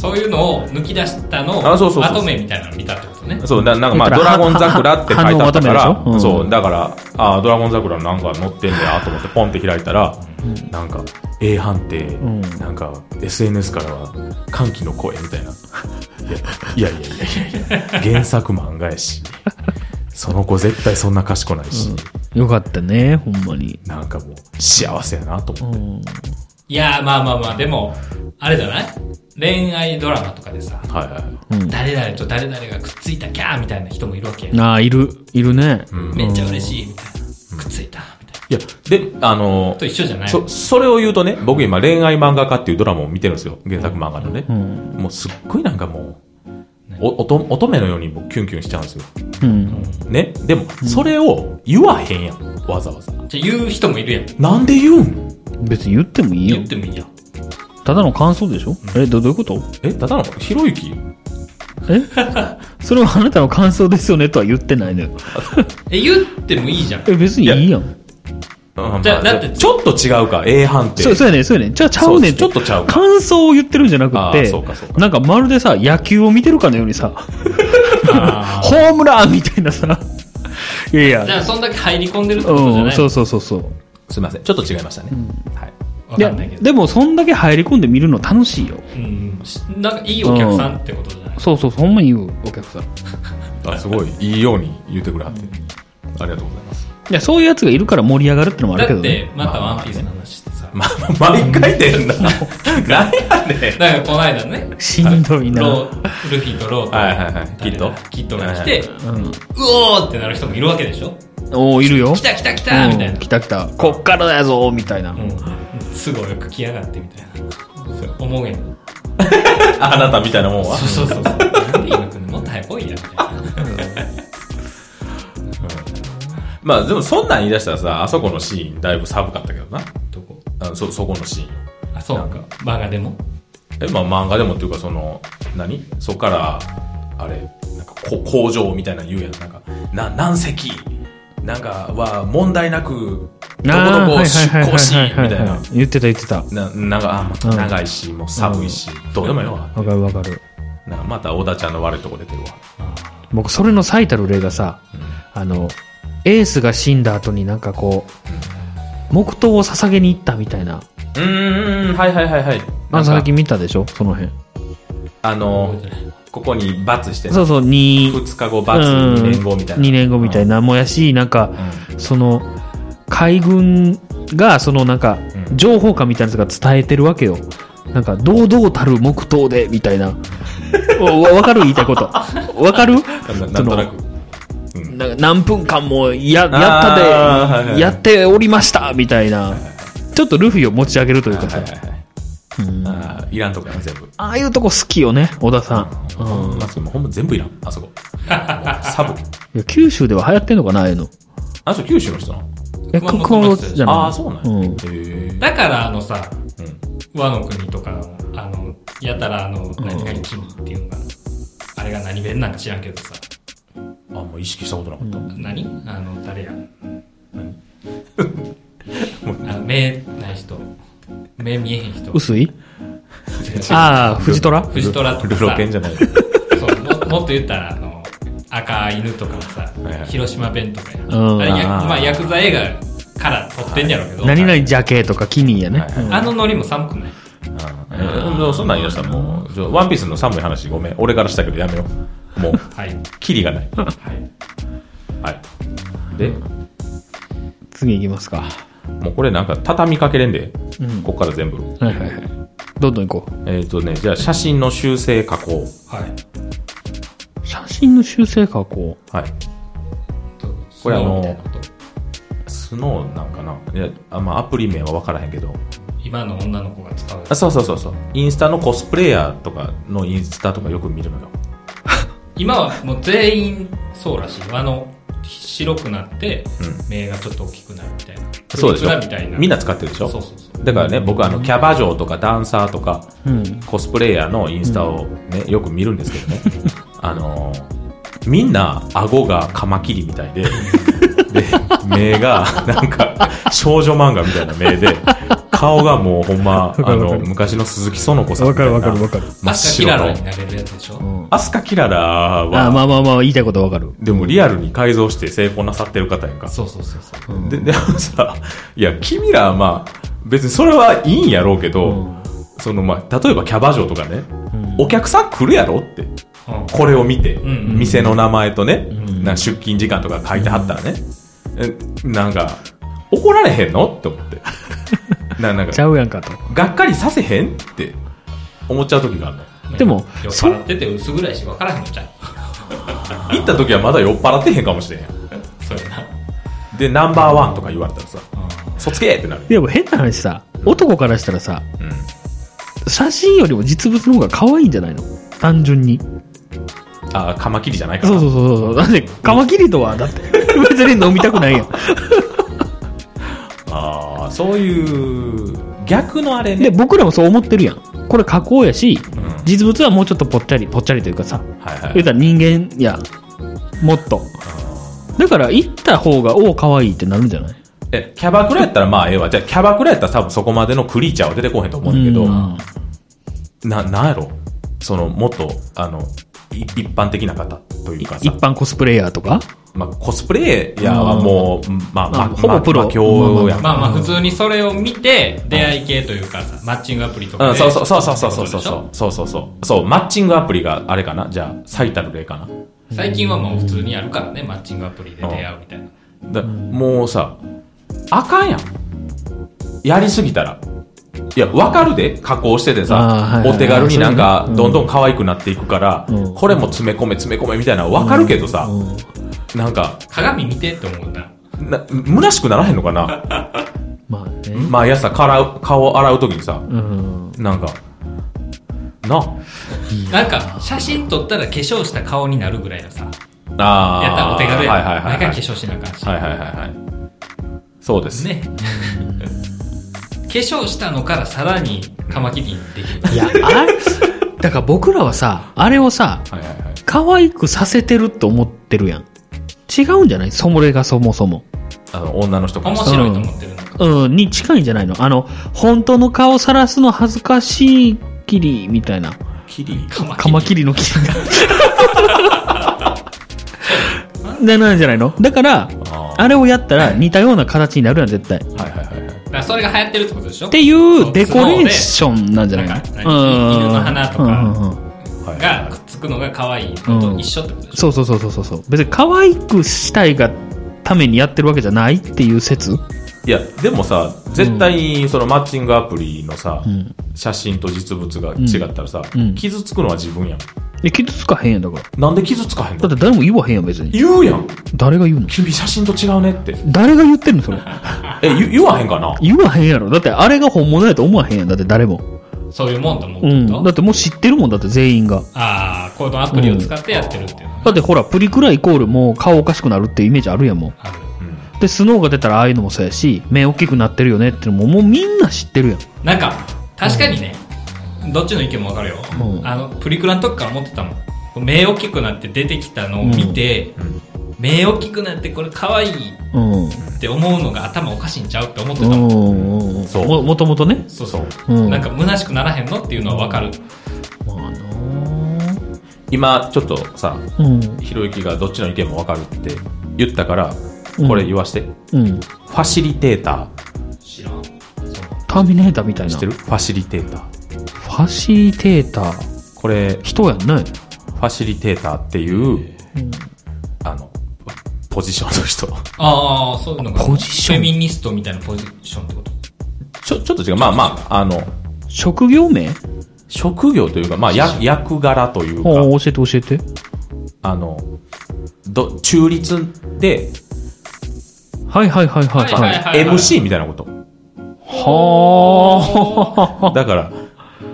Speaker 1: そういうのを抜き出したのを、
Speaker 3: あそうそうそう
Speaker 1: まとめみたいなの見たってことね。
Speaker 3: そう、ななんかまあ、
Speaker 2: だ
Speaker 3: ド
Speaker 2: から
Speaker 3: ラゴン桜って書いてあったか
Speaker 2: 反応ま
Speaker 3: ら
Speaker 2: とめ、でしょうん
Speaker 3: そう、だから、あードラゴン桜なんか載ってんねやと思って、ポンって開いたら、なんか、A 判定、
Speaker 2: ん
Speaker 3: なんか、SNS からは、歓喜の声みたいな。いやいやいやいやいや、原作漫画やし、その子絶対そんな賢ないし、
Speaker 2: よかったね、ほんまに。
Speaker 3: なんかもう、幸せやなと思って。
Speaker 1: いやー、まあまあまあ、でも、あれじゃない恋愛ドラマとかでさ、
Speaker 3: はいはいはい。
Speaker 1: 誰々と誰々がくっついたキャーみたいな人もいるわけやん。
Speaker 2: ああ、いる、いるね。
Speaker 1: めっちゃ嬉しいみたいな。くっついたみたい
Speaker 3: いや、で、あの
Speaker 1: な。と一緒じゃない
Speaker 3: そそれを言うとね、僕今、恋愛漫画家っていうドラマを見てるんですよ、原作漫画のね。もうすっごいなんかもう、お乙乙女のようにもうキュンキュンしちゃうんですよ。
Speaker 2: うん。
Speaker 3: ね。でも、それを言わへんやん、わざわざ。
Speaker 1: じゃあ言う人もいるやん。
Speaker 3: なんで言うん
Speaker 2: 別に言ってもいいよ
Speaker 1: 言っ。てもいいやん。
Speaker 2: ただの感想でしょえ、どどういうこと
Speaker 3: え、ただの、ひろゆき
Speaker 2: えそれはあなたの感想ですよねとは言ってないのよ。
Speaker 1: え、言ってもいいじゃん。
Speaker 2: え、別にいいやん。
Speaker 1: じゃあだって
Speaker 3: ちょっと違うか、A 判定。
Speaker 2: そう、そうやねんそうやねんじゃあちゃうねん
Speaker 3: そうちょっとちゃうか
Speaker 2: 感想を言ってるんじゃなく
Speaker 3: あ
Speaker 2: て
Speaker 3: ーそうかそう、
Speaker 2: なんかまるでさ、野球を見てるかのようにさ、
Speaker 1: あ
Speaker 2: ホームランみたいなさ、いやい
Speaker 1: ーじゃ
Speaker 2: や、
Speaker 1: あ、そんだけ入り込んでるってことじゃ
Speaker 2: う、
Speaker 1: なんい
Speaker 2: そうそうそうそう。
Speaker 3: すみません、ちょっと違いましたね。はい。
Speaker 1: わ
Speaker 2: い
Speaker 1: か
Speaker 2: や
Speaker 1: んないけど。
Speaker 2: でもそんだけ入り込んで見るの楽しいよ。
Speaker 1: うん。しなんかいいお客さんってことじゃない
Speaker 2: そうそうそう、ほんまに言う、お客さん。い
Speaker 3: あ、すごい、いいように言ってくれはって。ありがとうございます。
Speaker 2: や、そういうやつがいるから盛り上がるってのもあるけ
Speaker 1: だっ
Speaker 2: どね
Speaker 1: て。、またワンピースの話してさ。
Speaker 3: ま、毎回出るな。何やねん。
Speaker 1: だからこの間ね、
Speaker 2: しんどいな。
Speaker 1: ロールフィとローと、
Speaker 3: はいはいはい
Speaker 1: 誰だ
Speaker 3: キ
Speaker 1: キ
Speaker 3: ッ
Speaker 1: ッ
Speaker 3: ド
Speaker 1: ドが来て、
Speaker 2: うん
Speaker 1: うおーってなる人もいるわけでしょ
Speaker 2: おおいるよ。
Speaker 1: 来た来た来たみたい
Speaker 2: うん
Speaker 1: な
Speaker 2: 来。た来た。こっからだぞみたいな。
Speaker 1: うん。すぐ俺く来やがってみたいな。そう思うやん。
Speaker 3: あなたみたいなもんは。
Speaker 1: そうそうそう。なんで今来んのもっと早く来いやみたいな。
Speaker 3: まあでもそんなん言い出したらさ、あそこのシーンだいぶ寒かったけどな。
Speaker 1: どこ
Speaker 3: あそ、そこのシーン。
Speaker 1: あ、そう
Speaker 3: なんか
Speaker 1: 漫画でも
Speaker 3: え、まあ漫画でもっていうかその、何そっから、あれ、なんかこ工場みたいなの言うやん。なんか、な、何隻なんかは問題なく、どこどこ出
Speaker 2: はいはいはいはいはい
Speaker 3: 航し、みたいな。
Speaker 2: 言ってた言ってた。
Speaker 3: な、なんか、あまた長いし、もう寒いし、どうでもよわ。
Speaker 2: わかるわかる。
Speaker 3: なんかまた小田ちゃんの悪いとこ出てるわ。
Speaker 2: 僕、それの最たる例がさ、あの、エースが死んだ後になんかこう、黙祷を捧げに行ったみたいな。
Speaker 3: うーん、はいはいはいはい。
Speaker 2: あ、
Speaker 3: な
Speaker 2: 最
Speaker 3: んか
Speaker 2: 近見たでしょその辺。
Speaker 3: あの、ここに罰してね、
Speaker 2: そうそう、に
Speaker 3: 2日後罰、2年後みたいな。
Speaker 2: 2年後みたいなもやし、なんか、
Speaker 3: う
Speaker 2: その、海軍が、そのなんか、
Speaker 3: うん
Speaker 2: 情報官みたいなやつが伝えてるわけよ。なんか、堂々たる黙祷で、みたいな。わわかる言いたいこと。わかる
Speaker 3: ん。ななんとなく。
Speaker 2: な何分間もややっ
Speaker 3: あーはい
Speaker 2: た
Speaker 3: はい
Speaker 2: でやっておりましたみたいなちょっとルフィを持ち上げるというかさ
Speaker 3: はいはいはいあーいらんとこやな全部
Speaker 2: ああいうとこ好きよね、小田さん。うん
Speaker 3: まあ、ほんま全部いらんあそ こサブ
Speaker 2: いや九州では流行ってんのかな、ああいうの。
Speaker 3: あの人九州の人なの
Speaker 2: いや、
Speaker 1: 熊本
Speaker 2: 熊本じゃない。
Speaker 3: ああーそうなんや、
Speaker 2: うん
Speaker 3: へえ
Speaker 1: だからあのさ、
Speaker 3: うん
Speaker 1: 和の国とかの、あの、やたらあの、何々君っていうのが、あれが何弁なんか知らんけどさ、
Speaker 3: あんま意識したことなかった、
Speaker 1: 何あの、誰や
Speaker 3: 何
Speaker 1: あの、目ない人、目見えへん人、
Speaker 2: 薄いああ、藤虎
Speaker 1: 藤虎とか
Speaker 3: ル
Speaker 1: さ
Speaker 3: ルロケンじゃない
Speaker 1: そうももっと言ったらあの赤犬とかもさ
Speaker 3: はいはい
Speaker 1: 広島弁とかや
Speaker 2: うん
Speaker 1: あれや
Speaker 3: あー
Speaker 1: まあ薬剤映画から撮ってんやろうけど、
Speaker 2: 何々ジャケとかキニーやね
Speaker 3: はい。はい
Speaker 2: うん
Speaker 1: あのノリも寒くない
Speaker 3: あーでもそんなん言い出したらもうちょワンピースの寒い話ごめん俺からしたけどやめようもう
Speaker 1: はい
Speaker 3: キリ がない
Speaker 1: はい
Speaker 3: はいで
Speaker 2: 次行きますか。
Speaker 3: もうこれなんか畳みかけれんで、
Speaker 2: うん
Speaker 3: こっから全部
Speaker 2: はいはいはい。どんどん行こ
Speaker 3: えっ、とねじゃあ写真の修正加工
Speaker 1: はい
Speaker 2: うん。写真の修正加工。
Speaker 3: はいこれあのスノーなんかないやあ、まあ、アプリ名は分からへんけど
Speaker 1: 今の女の子が使う
Speaker 3: あそうそうそうそうインスタのコスプレイヤーとかのインスタとかよく見るのよ
Speaker 1: 今はもう全員そうらしいあの白くなって、目がちょっと大きくなるみたいな
Speaker 3: そうでし
Speaker 1: プリク
Speaker 3: ょ
Speaker 1: ラみたいな
Speaker 3: みんな使ってるでしょ
Speaker 1: そうそうそう
Speaker 3: だからね僕はあのキャバ嬢とかダンサーとか
Speaker 2: うん。
Speaker 3: コスプレイヤーのインスタをね、よく見るんですけどねあのーみんな顎がカマキリみたいでで目がなんか少女漫画みたいな目で顔がもうほんま
Speaker 2: か
Speaker 3: あ
Speaker 2: るわか
Speaker 3: の
Speaker 2: る
Speaker 3: 昔の鈴木園子さんみたいな
Speaker 2: かる。
Speaker 3: 真っ
Speaker 1: 赤キラ
Speaker 3: 白
Speaker 1: ラ
Speaker 3: の
Speaker 1: になれるやつでしょ、
Speaker 2: うん。あ
Speaker 3: アスカキララ
Speaker 2: あ、
Speaker 3: は
Speaker 2: まあまあまあ、言いたいことわかる。
Speaker 3: でもリアルに改造して成功なさってる方やんか
Speaker 1: そうそうそうそう
Speaker 2: うん
Speaker 3: ででもさいや君らはまあ別にそれはいいんやろうけど、
Speaker 2: うん
Speaker 3: そのまあ例えばキャバ嬢とかね、
Speaker 2: うん
Speaker 3: お客さん来るやろって
Speaker 1: うん
Speaker 3: これを見て、
Speaker 1: んうん
Speaker 3: 店の名前とね、
Speaker 2: ん
Speaker 3: なんか出勤時間とか書いてはったらね、えなんか怒られへんのって思って ななん
Speaker 2: ち
Speaker 3: か
Speaker 2: ゃうやんかと。
Speaker 3: がっかりさせへんって思っちゃう時があるの
Speaker 2: でも
Speaker 1: 酔っ
Speaker 2: そう
Speaker 1: 払ってて薄ぐらいし分からへんのちゃう
Speaker 3: 行った時はまだ酔っ払ってへんかもしれへんやん
Speaker 1: そうやな
Speaker 3: でナンバーワンとか言われたらさ「そつけ!」ってなる
Speaker 2: でも変な話さ、男からしたらさ、
Speaker 3: うん
Speaker 2: 写真よりも実物の方が可愛いんじゃないの単純に。
Speaker 3: あカマキリじゃないから
Speaker 2: そうそうそうそう。だって、カマキリとは、だって、 別に飲みたくないやん。
Speaker 3: ああそういう逆のあれ
Speaker 2: で、
Speaker 3: ね
Speaker 2: 僕らもそう思ってるやん。これ加工やし、
Speaker 3: ん
Speaker 2: 実物はもうちょっとぽっちゃり、ぽっちゃりというかさ、
Speaker 3: はいは
Speaker 2: 言う
Speaker 3: い
Speaker 2: たら人間や、もっと。だから、行った方が、おお、可愛いってなるんじゃない
Speaker 3: えキャバクラやったらまあええわじゃあキャバクラやったら多分そこまでのクリーチャーは出てこへんと思うんだけど、
Speaker 2: うん
Speaker 3: な、なんやろその、もっと、あの、い一般的な方というか
Speaker 2: 一
Speaker 3: さ、
Speaker 2: 般コスプレイヤーとか
Speaker 3: まあ、コスプレイヤーはもう、まあ、まあ、
Speaker 2: ほぼ
Speaker 3: まあ
Speaker 2: プロ
Speaker 3: まあ教やん
Speaker 1: まあまあ普通にそれを見て出会い系というかさマッチングアプリとか
Speaker 3: うん、
Speaker 1: で
Speaker 3: そうそうそうそうそうそう
Speaker 1: って
Speaker 3: そう
Speaker 1: ことでしょ
Speaker 3: そうそうそうそうマッチングアプリがあれかなじゃあ最たる例か
Speaker 1: 最近はもう普通にあるからねマッチングアプリで出会うみたいな
Speaker 3: なだもうさあかんやんやりすぎたらいやわかるで加工してて
Speaker 2: あーはい
Speaker 3: さ
Speaker 2: はい
Speaker 3: お手軽になん
Speaker 2: そ
Speaker 3: か
Speaker 2: れねうん
Speaker 3: どんどん可愛くなっていくから、
Speaker 2: うん
Speaker 3: これも詰め込め詰め込めみたいなのわかるけどさ、
Speaker 2: うん
Speaker 3: なんか
Speaker 1: 鏡見てって思うな
Speaker 3: な虚しくならへんのかな
Speaker 2: まあね。
Speaker 3: 毎朝から顔を洗うときにさ、
Speaker 2: うん。
Speaker 3: なんか、な、
Speaker 1: なんか写真撮ったら化粧した顔になるぐらいのさ
Speaker 3: あー
Speaker 1: やったらお手軽や
Speaker 3: はい
Speaker 1: ん
Speaker 3: はいは
Speaker 1: 毎
Speaker 3: い、
Speaker 1: 回
Speaker 3: は
Speaker 1: 化粧しなあかんし
Speaker 3: い。はいはいはいはい。そうです。
Speaker 1: ね化粧したのからさらにカマキリにできる
Speaker 2: いや、あれ、 だから僕らはさ、あれをさ、
Speaker 3: はいはいはい。
Speaker 2: 可愛くさせてると思ってるやん。違うんじゃないそれがそもそも。
Speaker 3: あの、女の人から
Speaker 1: 面
Speaker 3: し
Speaker 1: 白いと思ってるのか
Speaker 2: うん、に近いんじゃないのあの、本当の顔さらすの恥ずかしいきり、みたいな。
Speaker 3: たキリ
Speaker 2: カマキリのキリ が。な、なんじゃないのだから、
Speaker 3: あー
Speaker 2: あれをやったら似たような形になるやん、絶対。っ
Speaker 3: はいはいはいはい。
Speaker 1: だからそれが流行ってるってことでしょ
Speaker 2: ていうデコレーションなんじゃない
Speaker 1: そうなん
Speaker 2: の
Speaker 1: か
Speaker 2: うん
Speaker 1: 犬の鼻とか
Speaker 2: うんうんうん
Speaker 3: はいはい
Speaker 1: が
Speaker 3: は
Speaker 1: くっつくのが可愛いのと一緒ってことでしょ、
Speaker 2: そうそうそうそうそうそう。別に可愛くしたいがためにやってるわけじゃないっていう説
Speaker 3: い、いや、でもさ、絶対、そのマッチングアプリのさ、
Speaker 2: ん
Speaker 3: 写真と実物が違ったらさ、
Speaker 2: うん
Speaker 3: 傷つくのは自分やん。
Speaker 2: え、傷つかへんやんだから。
Speaker 3: なんで傷つかへん
Speaker 2: だ
Speaker 3: の
Speaker 2: って誰も言わへんやん、別に。
Speaker 3: 言うやん
Speaker 2: 誰が言うの
Speaker 3: 君写真と違うねって。
Speaker 2: 誰が言ってんのそれ。
Speaker 3: え、言言わへんかな
Speaker 2: 言わへんやろ。だってあれが本物やと思わへんやん。だって誰も。
Speaker 1: そういうもんと思っ
Speaker 2: う
Speaker 1: て
Speaker 2: ん。
Speaker 1: ると、
Speaker 2: だってもう知ってるもんだって全員が。
Speaker 1: ああこのアプリを使ってやってるっていうのが、ね
Speaker 2: だってほら、プリクライコールもう顔おかしくなるっていうイメージあるやんもん。
Speaker 1: ある
Speaker 2: で、スノーが出たらああいうのもそうやし、目大きくなってるよねってのももうみんな知ってるやん。
Speaker 1: なんか確かにね、どっちの意見もわかるよ、
Speaker 2: うん
Speaker 1: あのプリクラの時から思ってたもん目大きくなって出てきたのを見て、目大きくなってこれ可愛い
Speaker 2: うん。
Speaker 1: って思うのが頭おかしいんちゃうって思って
Speaker 2: う
Speaker 1: たもん、
Speaker 2: んうんうん。
Speaker 3: そう
Speaker 2: ももともとね。
Speaker 1: そうそう、
Speaker 2: うん
Speaker 1: なんか虚しくならへんのっていうのはわかる、
Speaker 2: まあな
Speaker 3: 今、ちょっとさ、
Speaker 2: あうん。
Speaker 3: ひろゆきがどっちの意見も分かるって言ったから
Speaker 2: う、ん
Speaker 3: これ言わして。
Speaker 2: うん。
Speaker 3: ファシリテータ
Speaker 1: 知らん
Speaker 2: ターミネーターみたい
Speaker 3: ー、
Speaker 2: な。
Speaker 3: 知ってるファシリテーター。
Speaker 2: ファシリテーター。
Speaker 3: これ、
Speaker 2: 人やんね。
Speaker 3: ファシリテーターっていう、あの、ポジションの人。
Speaker 1: ああそういうのが
Speaker 2: ポジション
Speaker 1: フェミニストみたいなポジションってこと
Speaker 3: ちょ、ちょっと違う。まあまあ、あの、
Speaker 2: 職業名
Speaker 3: 職業というか、まあ、や役柄というか、
Speaker 2: ほう教えて教えて。
Speaker 3: あの、ど、中立で、
Speaker 2: はいはいはいはい
Speaker 1: はい
Speaker 2: は
Speaker 1: はい
Speaker 2: い。
Speaker 3: MC みたいなこと。
Speaker 2: はあ。
Speaker 3: だから、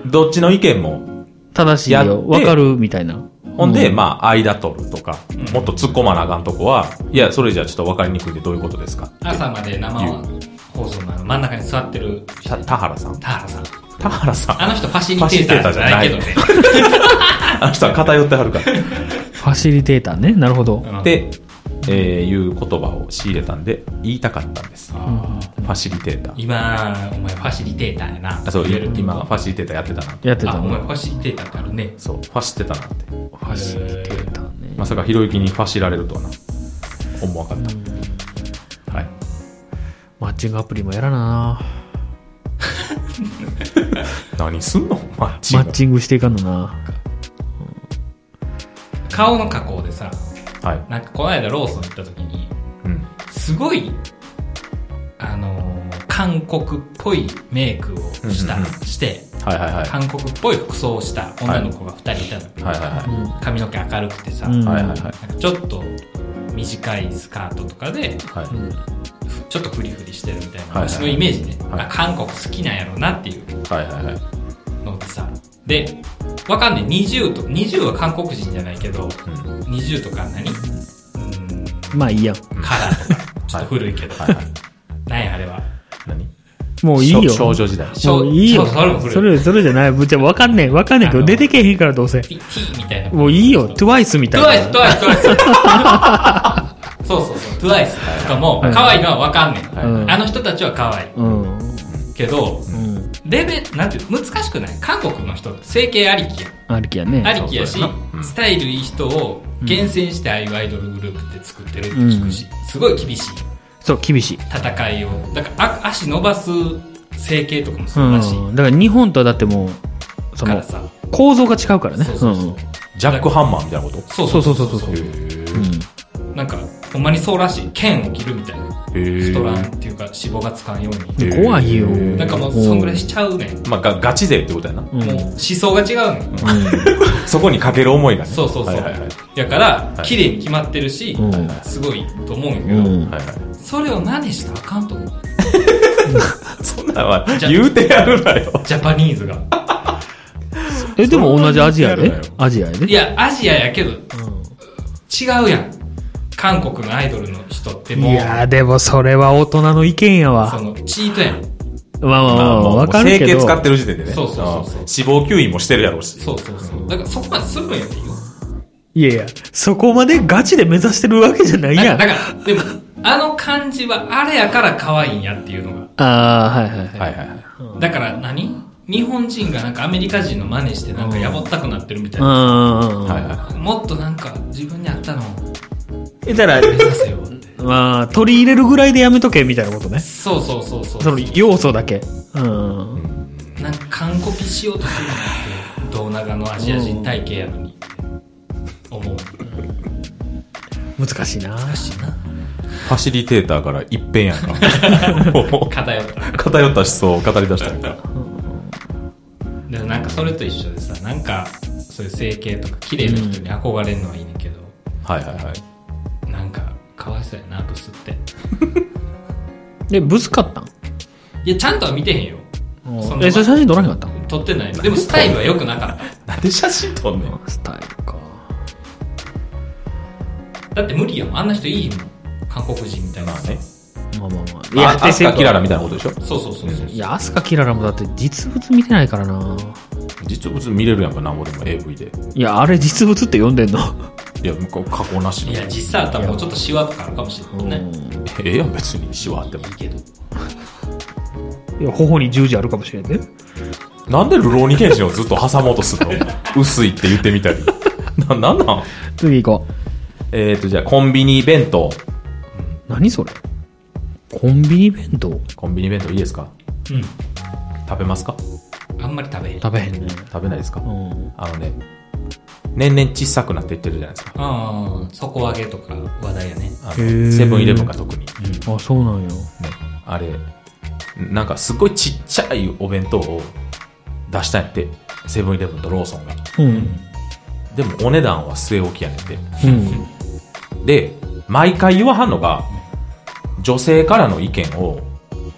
Speaker 3: どっちの意見も、
Speaker 2: 正しい
Speaker 3: やって
Speaker 2: よ。わかるみたいな。
Speaker 3: ほんで、まあ、間取るとか、もっと突っ込まなあかんとこは、いや、それじゃちょっと分かりにくいんでどういうことですか
Speaker 1: 朝まで生放送のあの真ん中に座ってる
Speaker 3: た田原さん。
Speaker 1: 田原さん
Speaker 3: 田原さん。
Speaker 1: あの人ファシリテーターじゃないけどね
Speaker 3: あの人は偏っては るから。
Speaker 2: ファシリテーターね。なるほど。
Speaker 1: うん
Speaker 3: で、えーいう言葉を仕入れたんで、言いたかったんです。フ
Speaker 1: あ
Speaker 3: ァシリテータ
Speaker 1: ー
Speaker 3: ー。
Speaker 1: 今お前ファシリテーターやな
Speaker 3: あ、そう、
Speaker 1: 言えるって
Speaker 3: 今、ファシリテーターやってたなって。
Speaker 2: やって
Speaker 1: あ
Speaker 2: た
Speaker 1: お前
Speaker 2: の。
Speaker 1: ファシリテーターってあるね
Speaker 3: そう、ファシってたなって。
Speaker 2: ファシリテーターね。
Speaker 3: まさかひろゆきにファシられるとはな。思わなかった。はい。
Speaker 2: マッチングアプリもやらな
Speaker 3: 何すんのマッチン
Speaker 2: マ
Speaker 3: グ
Speaker 2: ッチングしていかんのな
Speaker 1: 顔の加工でさ
Speaker 3: はい。
Speaker 1: なんかこの間ローソン行った時に
Speaker 3: うん。
Speaker 1: すごいあのー韓国っぽいメイクをした、
Speaker 3: うんうんうん
Speaker 1: して
Speaker 3: はいはいはい。
Speaker 1: 韓国っぽい服装をした女の子が2人いたの、
Speaker 3: はいは
Speaker 1: 髪の毛明るくてさ、
Speaker 2: うん
Speaker 3: いはい。はいはいはい。
Speaker 1: なんかちょっと短いスカートとかで
Speaker 3: はい。
Speaker 1: ちょっとフリフリしてるみたいな、
Speaker 3: はい
Speaker 1: 私のイメージね、
Speaker 3: はい
Speaker 1: あ韓国好きなんやろうなっていう
Speaker 3: はいはいはい。
Speaker 1: のってさでわかんない20と20は韓国人じゃないけど
Speaker 3: うん。
Speaker 1: 20とか何うん
Speaker 2: まあいいや。
Speaker 1: カラーとかちょっと古いけど、
Speaker 3: はいはい。
Speaker 1: 何やあれは
Speaker 3: 何
Speaker 2: もういいよ。
Speaker 3: 少女時代。
Speaker 2: もういいよ。
Speaker 1: そうそれも古い
Speaker 2: それ、それじゃない。ぶっちゃわかんねえ。わかんねえけ
Speaker 1: あ
Speaker 2: ど、
Speaker 1: の
Speaker 2: 出てけへんからどうせ。
Speaker 1: T, T みたいな
Speaker 2: もういいよ。
Speaker 1: トゥ
Speaker 2: TWICE みたいな。
Speaker 1: ワイストゥワイストゥワイスそうそうそうトゥワイスとかも
Speaker 2: はい
Speaker 1: 可愛いのはわかんねえ、
Speaker 3: はい
Speaker 2: うん
Speaker 1: あの人たちは可愛い
Speaker 2: うん。
Speaker 1: けど
Speaker 2: うん。
Speaker 1: レベなんていう難しくない韓国の人って整形ありきや
Speaker 2: ありきや
Speaker 1: あ
Speaker 2: ね。
Speaker 1: りきやし
Speaker 3: そうそうやなうん
Speaker 1: スタイルいい人を厳選してああいうアイドルグループって作ってるって聞くし、すごい厳しい
Speaker 2: そう、厳しい。
Speaker 1: 戦いをだからあ足伸ばす整形とかも
Speaker 2: う
Speaker 1: そうだし、
Speaker 2: ん。だから日本とはだってもう、そ
Speaker 1: から
Speaker 2: の、
Speaker 1: さ
Speaker 2: 構造が違うからね。
Speaker 1: そうそうそう、
Speaker 3: ジャックハンマーみたいなこと
Speaker 1: そう
Speaker 2: そ
Speaker 1: そうう
Speaker 2: そ
Speaker 1: そうう
Speaker 2: そ
Speaker 1: そうう
Speaker 2: そう
Speaker 1: そう
Speaker 3: へえ。
Speaker 1: なんかほんまにそうらしい剣を切るみたいな
Speaker 3: へー
Speaker 1: 太らんっていうか脂肪がつかんよう
Speaker 2: う
Speaker 1: に
Speaker 2: ん。怖いよ。
Speaker 3: うん
Speaker 1: なんかもうそんぐらいしちゃうねん
Speaker 3: まあ、がガチ勢ってことやな。
Speaker 2: うん。う
Speaker 1: もうん思想が違うねん
Speaker 3: そこにかける思いがね。
Speaker 1: そうそうそう
Speaker 3: はいはいはい。
Speaker 1: だから
Speaker 3: い
Speaker 1: 綺麗に決まってるし
Speaker 2: うん
Speaker 1: すごいと思うんやけ
Speaker 2: う
Speaker 1: ど
Speaker 2: ん。
Speaker 3: はいはい。
Speaker 1: それを真似したらあかんと思う
Speaker 3: そんなんは
Speaker 1: じゃ
Speaker 3: 言うてやるなよ。
Speaker 1: ジャパニーズが
Speaker 2: え、でも同じアジアや
Speaker 3: そんな
Speaker 2: で
Speaker 3: に
Speaker 2: アジアやで
Speaker 1: いやアジアやけど
Speaker 2: うん
Speaker 1: 違うやん韓国のアイドルの人ってもう
Speaker 2: いやーでもそれは大人の意見や
Speaker 1: そ
Speaker 2: わ。
Speaker 1: のチートやん
Speaker 2: まあまあま
Speaker 3: まあ
Speaker 2: あ、
Speaker 3: もう
Speaker 2: わかるけ
Speaker 3: 整
Speaker 2: ど。
Speaker 3: 形使ってる時点でね。
Speaker 1: そうそうそうそうん
Speaker 3: 脂肪吸引もしてるやろうし。
Speaker 1: そうそうそうだからそこまでするんやでいいよ
Speaker 2: いやいや、そこまでガチで目指してるわけじゃないや
Speaker 1: だ
Speaker 2: ん。
Speaker 1: か
Speaker 2: あ
Speaker 1: らでもあの感じはあれやから可愛いんやっていうのが
Speaker 2: あー、はいはいは。
Speaker 3: はいいはいはい。
Speaker 1: だから何日本人がなんかアメリカ人の真似してなんかやぼったくなってるみたいな、
Speaker 2: うんうんうん
Speaker 3: はい
Speaker 2: うん。
Speaker 3: は。
Speaker 1: もっとなんか自分に合ったのを
Speaker 2: え、だから、
Speaker 1: 目指せよって
Speaker 2: まあ、取り入れるぐらいでやめとけみたいなことね。
Speaker 1: そうそうそうそう
Speaker 2: その要素だけ。うん。
Speaker 1: なんか完コピしようとするのって胴長のアジア人体型やのに思う
Speaker 2: 難しいな。
Speaker 1: らしいない
Speaker 3: ファシリテーターから一変やんか。 もう
Speaker 1: 偏った
Speaker 3: 偏った思想を語り出したやんか。
Speaker 1: でもなんかそれと一緒でさなんかそういう整形とか綺麗な人に憧れるのはいいねんけど、
Speaker 3: はいはいはい。
Speaker 1: なんかかわいそうやなブスって
Speaker 2: で、ぶつかったん
Speaker 1: いやちゃんとは見てへんよそんな
Speaker 2: え、それ写真撮らへんかったん
Speaker 1: 撮ってない。でもスタイルは良くなかっ
Speaker 3: なんで写真撮んねん。
Speaker 2: スタイルか。
Speaker 1: た。だって無理やもん。あんな人いいもん。韓国人みたいな。
Speaker 3: まあね。
Speaker 2: まあまあまあ。
Speaker 3: いや、アスカキララ
Speaker 2: み
Speaker 3: みたいなことでしょ
Speaker 1: そうそうそうそう。
Speaker 2: いや、アスカキララもだって実物見てないからな。
Speaker 3: 実物見れるやんか、なんぼでも AV で。
Speaker 2: いや、あれ実物って読んでん の。
Speaker 3: いや、向こう加工なしの。
Speaker 1: いや、
Speaker 3: え
Speaker 1: 実際あったらもうちょっとシワとかあるかもしれないね。
Speaker 3: えやん、別に石はあっ
Speaker 1: で
Speaker 3: ても
Speaker 1: もい。いけど。
Speaker 2: いや、頬に十字あるかもしれんね。
Speaker 3: なんでルローニケンシンをずっと挟もうとする の薄いって言ってみたり。 な、なんなん
Speaker 2: 次行こ
Speaker 3: えっ、ー、と、じゃあ、コンビニ弁当。
Speaker 2: う。何それコンビニ弁当
Speaker 3: コンビニ弁当いいですか
Speaker 1: うん。
Speaker 3: 食べますか
Speaker 1: あんまり食べへん。
Speaker 2: 食べへんね。
Speaker 3: 食べないですか
Speaker 2: うん。
Speaker 3: あのね、年々小さくなっていってるじゃないですか。
Speaker 1: ああ、底上げとか話題やね。
Speaker 3: あの
Speaker 2: へー
Speaker 3: セブンイレブンが特に。ね、
Speaker 2: あ、そうなんよ。
Speaker 3: あれ、なんかすごいちっちゃいお弁当を出したんやって、セブンイレブンとローソンが。
Speaker 2: うん。
Speaker 3: でもお値段は据え置きやねんて。
Speaker 2: うん。
Speaker 3: で、毎回言わはんのが、女性からの意見を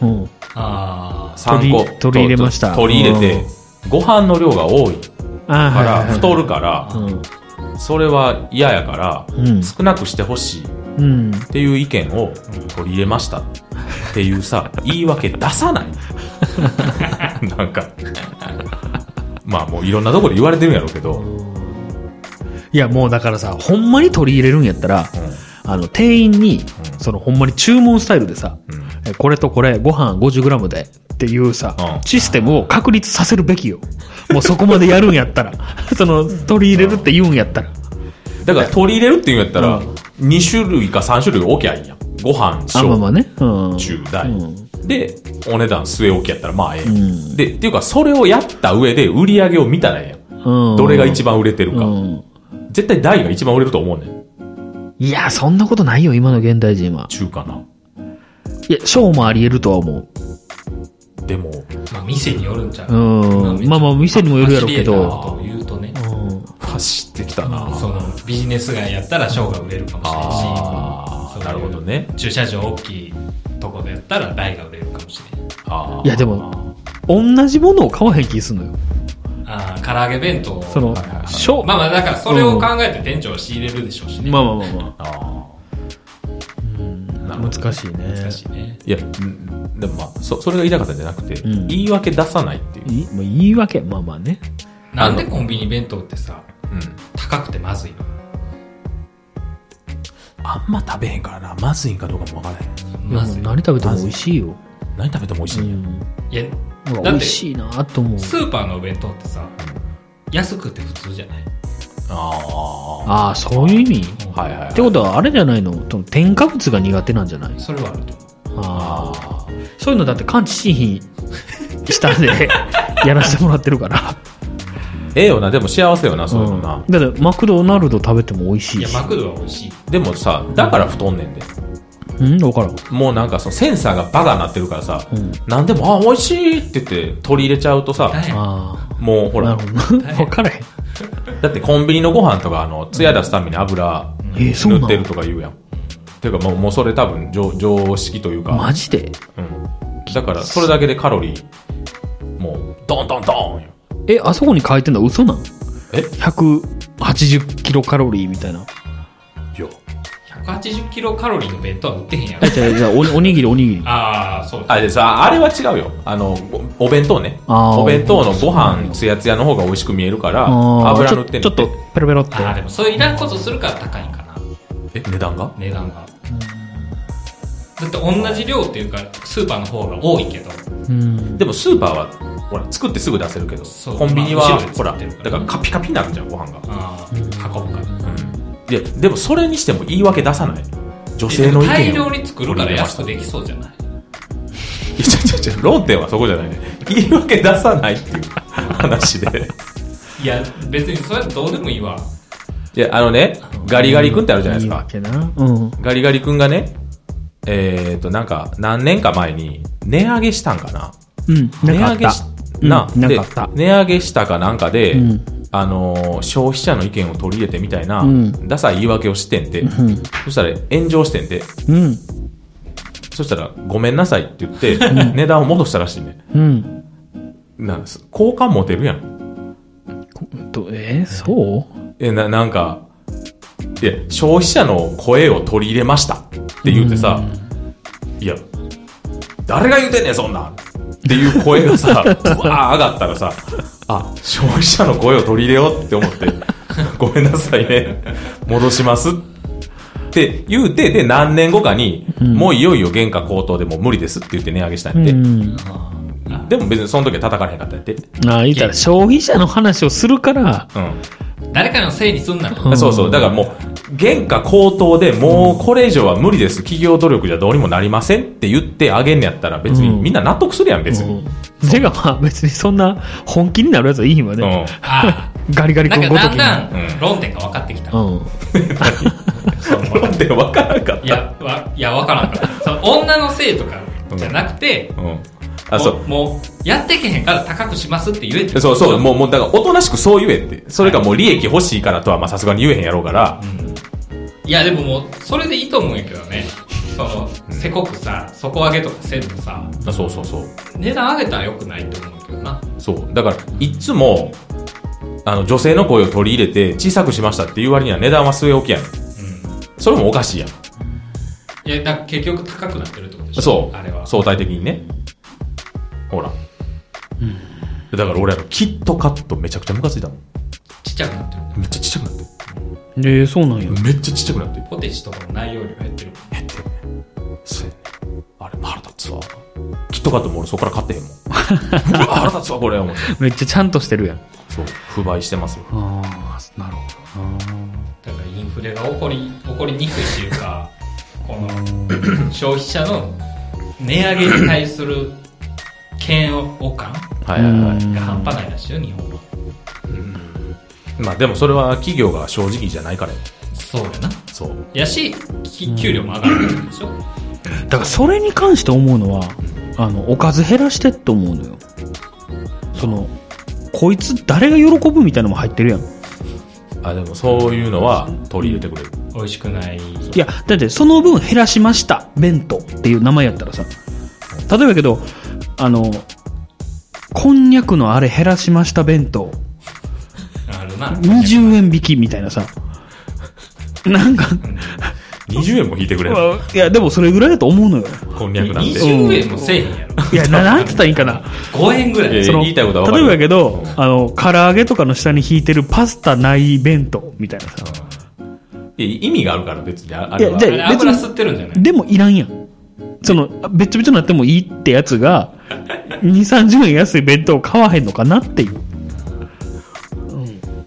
Speaker 2: うん。
Speaker 1: ああ、
Speaker 3: 参考
Speaker 2: 取り取り入れました
Speaker 3: と取り入れて、ご飯の量が多い
Speaker 2: あー
Speaker 3: か
Speaker 2: はいは
Speaker 3: ら、
Speaker 2: いはい
Speaker 3: 太るから、
Speaker 2: う
Speaker 3: それは嫌やから、
Speaker 2: ん。
Speaker 3: 少なくしてほしいっ
Speaker 2: うん。
Speaker 3: ていう意見を取り入れましたっていうさ、言い訳出さない なんか。まあもういろんなところで言われてるんやろうけど、
Speaker 2: いや、もうだからさ、ほんまに取り入れるんやったら、あの、店員に、そのほんまに注文スタイルでさ、
Speaker 3: うんうん
Speaker 2: えこれとこれ、ご飯 50g でっていうさ、
Speaker 3: うん
Speaker 2: システムを確立させるべきよ。もうそこまでやるんやったら。 その、取り入れるって言うんやったら。
Speaker 3: だから取り入れるっていうんやったら、
Speaker 2: うん
Speaker 3: 2種類か3種類置きゃいいやん。ご飯、
Speaker 2: あ、
Speaker 3: 小
Speaker 2: まあまあね。うん。
Speaker 3: 中大、
Speaker 2: うん
Speaker 3: でお値段据え置きやったらまあええ、
Speaker 2: ん
Speaker 3: でっていうかそれをやった上で売り上げを見たらええやん、
Speaker 2: うん
Speaker 3: どれが一番売れてるか、
Speaker 2: うん。
Speaker 3: 絶対大が一番売れると思うねん
Speaker 2: いや、そんなことないよ、今の現代人は。
Speaker 3: 中かない
Speaker 2: や、小もあり得るとは思
Speaker 3: でも
Speaker 1: まあ店によるんちゃ
Speaker 2: う。
Speaker 1: う。
Speaker 2: うん。まあまあ、店にもよるやろうけど。
Speaker 1: と言うとね、
Speaker 2: うん。
Speaker 3: 走ってきたな、
Speaker 1: そのビジネス街やったらショーが売れるかもしれんし
Speaker 3: あー
Speaker 1: そういう
Speaker 3: なるほどね
Speaker 1: 駐車場大きいとこでやったら台が売れるかもしれん
Speaker 3: あー
Speaker 2: いや、でも、同じものを買わへん気すんのよ。
Speaker 1: ああ唐揚げ弁当
Speaker 2: その
Speaker 1: はいはいは、い
Speaker 2: 小、
Speaker 1: まあまあだからそれを考えて店長は仕入れるでしょうしね、
Speaker 2: まあまあまあま
Speaker 3: あ
Speaker 2: あ。難しいね。
Speaker 1: 難しいね
Speaker 3: ーいやうんでもまあそそれが言いたかったんじゃなくて、
Speaker 2: ん
Speaker 3: 言い訳出さないっていう、
Speaker 2: いまあ言い訳、まあまあね。
Speaker 1: なんでコンビニ弁当ってさ
Speaker 3: うん、
Speaker 1: 高くてまずいの
Speaker 3: あんま食べへんからなまずいんかどうかもわからへん
Speaker 2: いや
Speaker 1: ま
Speaker 2: もう
Speaker 1: ずい
Speaker 2: 何食べても美味しいよ。
Speaker 3: 何食べても美味しいんや、
Speaker 1: いや
Speaker 2: なん
Speaker 1: だ
Speaker 2: か美
Speaker 1: って
Speaker 2: 味しいなと思う。
Speaker 1: スーパーのお弁当ってさ安くて普通じゃない
Speaker 3: あ
Speaker 2: ああ、そういう意味
Speaker 3: あはいはい、はい、
Speaker 2: ってことはあれじゃないのその添加物が苦手なんじゃない
Speaker 1: それはあると思
Speaker 2: ああ。
Speaker 3: あー
Speaker 2: そういうのだって感知しひんしたん でやらせてもらってるから。
Speaker 3: ええよなでも幸せよなそういう
Speaker 2: う
Speaker 3: の
Speaker 2: ん。
Speaker 3: な、
Speaker 2: だってマクドナルド食べても美味
Speaker 1: う
Speaker 2: し
Speaker 1: い
Speaker 2: い
Speaker 1: や
Speaker 2: し。
Speaker 1: マクドは美味しい
Speaker 3: でもさ、だから太んねんで。
Speaker 2: うんわからん。
Speaker 3: もうなんかそのセンサーがバカになってるからさ、
Speaker 2: うん
Speaker 3: なんでも、あ、美味しいって言って取り入れちゃうとさ、
Speaker 1: 大変
Speaker 2: あ
Speaker 3: もうほ
Speaker 2: あ。な
Speaker 3: ら
Speaker 2: る、ほどな。わからへん。
Speaker 3: だってコンビニのご飯とか、あの、ツヤ出すために油
Speaker 2: えーそうな
Speaker 3: 塗
Speaker 2: の
Speaker 3: ってるとか言うやん。っていうかもう、もうそれ多分常常識というか、
Speaker 2: マジで
Speaker 3: うん。だから、それだけでカロリー、もう、ドンドンドンよ
Speaker 2: え、あそこに書いてんの嘘なん
Speaker 3: え
Speaker 2: ?180 キロカロリーみたいな。
Speaker 3: いや。
Speaker 1: 180キロカロリーの弁当は売ってへんやろ
Speaker 2: え、 じゃあ、じゃあおおにぎりおにぎ り。
Speaker 1: ああそうだ
Speaker 3: あ、でさ、あれは違うよ。あの、おお弁当ね。
Speaker 2: あー
Speaker 3: お弁当のご飯ツヤツヤの方が美味しく見えるから、
Speaker 2: あー
Speaker 3: 油塗ってん
Speaker 2: ち
Speaker 3: ね
Speaker 2: ょ
Speaker 3: ん
Speaker 2: ちょっと、ペロペロって。
Speaker 1: ああでもそういらんことするから高いんかな
Speaker 3: え、値段が
Speaker 1: 値段がだって同じ量っていうかスーパーの方が多いけど
Speaker 2: うん。
Speaker 3: でもスーパーはほら作ってすぐ出せるけど
Speaker 1: そう
Speaker 3: コンビニ
Speaker 1: まあ
Speaker 3: は
Speaker 1: 後ろで
Speaker 3: ほら
Speaker 1: 作ってるから
Speaker 3: だからカピカピになるじゃんご飯が、
Speaker 1: ああ運ぶから
Speaker 3: いやでもそれにしても言い訳出さない女性の意見を
Speaker 1: 大量に作るから安く
Speaker 3: い
Speaker 1: できそうじゃない
Speaker 3: やちょちょちょ論点はそこじゃないね言い訳出さないっていう話で
Speaker 1: いや別にそれはどうでもいいわ
Speaker 3: いやあのねガリガリ君ってあるじゃないです
Speaker 2: いいわ
Speaker 3: か
Speaker 2: けな。うん。
Speaker 3: ガリガリ君がねえっ、ー、となんか何年か前に値上げしたんかな
Speaker 2: うん。なんかあっ。
Speaker 3: 値上げしたな、
Speaker 2: うんなん
Speaker 3: で
Speaker 2: かあった
Speaker 3: 値上げしたかなんかで、
Speaker 2: うん
Speaker 3: あのー消費者の意見を取り入れてみたいな、
Speaker 2: ん
Speaker 3: ダサい言い訳をしてんて、
Speaker 2: ん
Speaker 3: そしたら炎上してんて、
Speaker 2: うん。
Speaker 3: そしたらごめんなさいって言って、値段を戻したらしいね。
Speaker 2: うん。
Speaker 3: なんです好感持てるやん。
Speaker 2: こどえーそう
Speaker 3: え、な、なんか、え、消費者の声を取り入れましたって言ってさ、いや、誰が言うてんねん、そんなんっていう声が さ、ぶわー上がったらさ、あ、消費者の声を取り入れようって 思って、ごめんなさいね、戻しますって言うて、で、何年後かに、もういよいよ原価高騰でもう無理ですって言って値上げしたんやって、
Speaker 2: うん。
Speaker 3: でも別にその時は叩かれへんかったんやって。
Speaker 2: ああ、言ったら消費者の話をするから、
Speaker 3: うん。
Speaker 1: 誰かのせいにすんな
Speaker 2: う
Speaker 1: よ。
Speaker 2: ん
Speaker 3: そうそう。だからもう、原価高騰でもうこれ以上は無理です。企業努力じゃどうにもなりませんって言ってあげんねやったら別に
Speaker 2: うん
Speaker 3: みんな納得するやん、別に。
Speaker 2: てかまあ別にそんな本気になるやつはいいわ
Speaker 3: うん。
Speaker 2: ね。
Speaker 1: あ
Speaker 2: ガリガ
Speaker 1: あ、
Speaker 2: リ
Speaker 1: な
Speaker 2: 君
Speaker 1: んか
Speaker 2: ごと
Speaker 1: だ
Speaker 2: き
Speaker 1: ん
Speaker 2: に。
Speaker 1: だ
Speaker 3: うん
Speaker 1: ん論点が分かってきた。
Speaker 2: うん。
Speaker 3: 論点分からんかっ
Speaker 1: いや、わ、いや、分からんから。その女のせいとかじゃなくて、
Speaker 3: た。うん。あ、そう。
Speaker 1: もう、もうやってけへんから高くしますって言えって。
Speaker 3: そうそう。もう、もう、だから、おとなしくそう言えって。それがもう利益欲しいからとは、まあ、さすがに言えへんやろうから。
Speaker 1: いや、でももう、それでいいと思うんやけどね。その、せこくさ、底上げとかせんとさ、
Speaker 3: あそうそうそう。
Speaker 1: 値段上げたら良くないと思うけどな。
Speaker 3: そう。だから、いっつも、あの、女性の声を取り入れて、小さくしましたっていう割には値段は据え置きやん。それもおかしいやん。
Speaker 1: いや、だから結局高くなってるってことでしょ
Speaker 3: そう。
Speaker 1: あれは。
Speaker 3: 相対的にね。ほら。だから俺らキットカットめちゃくちゃムカついたもん。
Speaker 1: ちっちゃくなってる。
Speaker 3: めっちゃちっちゃくなって
Speaker 2: ええ、そうなんや
Speaker 3: る。。めっちゃちっちゃくなってる。
Speaker 1: ポテチとかの内容量減ってる。
Speaker 3: そうやねあれ腹立つわ。キットカットも俺そこから買ってへん もん。うわ腹立つわ、これ。思って
Speaker 2: めっちゃちゃんとしてるやん。
Speaker 3: そう。不買してますよ。
Speaker 2: ああ、なるほ
Speaker 1: だからインフレが起こり、起こりにくいっていうか、この、 消費者の値上げに対する嫌悪感
Speaker 3: はいはいは
Speaker 2: うん
Speaker 3: い。
Speaker 1: が半端ないらしいよ、日本は。
Speaker 3: まあでもそれは企業が正直じゃないからよ
Speaker 1: そうやな。
Speaker 3: そう。
Speaker 1: やし、き給料も上がるんでしょ、
Speaker 2: ど。だからそれに関して思うのは、あの、おかず減らしてって思うのよ。その、こいつ誰が喜ぶみたいなのも入ってるやん。
Speaker 3: あ、でもそういうのは取り入れてくれる。
Speaker 1: 美味しくない。
Speaker 2: いや、だってその分減らしました、弁当っていう名前やったらさ、例えばやけど、あの、こんにゃくのあれ減らしました弁当、
Speaker 1: あるな。
Speaker 2: 20円引きみたいなさ、なんか、
Speaker 3: 20円も引いてくれる。
Speaker 2: いや、でもそれぐらいだと思うのよ。
Speaker 3: こんにゃくなんて。
Speaker 1: 20円もせえへんやろ。
Speaker 2: いや、ななんつったらいいんかな。
Speaker 1: 5円ぐら
Speaker 3: え
Speaker 1: い。
Speaker 3: ー
Speaker 2: その
Speaker 3: 言いたいことは分か
Speaker 2: 例え
Speaker 3: る
Speaker 2: ばやけど、あの、唐揚げとかの下に引いてるパスタない弁当みたいなさ。
Speaker 3: いや意味があるから別にああれは。
Speaker 2: いや
Speaker 1: あれ
Speaker 2: 別に
Speaker 1: 油吸ってるんじゃない
Speaker 2: でもいらんやん。その、べちょべちょになってもいいってやつ が、2、30円安い弁当買わへんのかなっていう。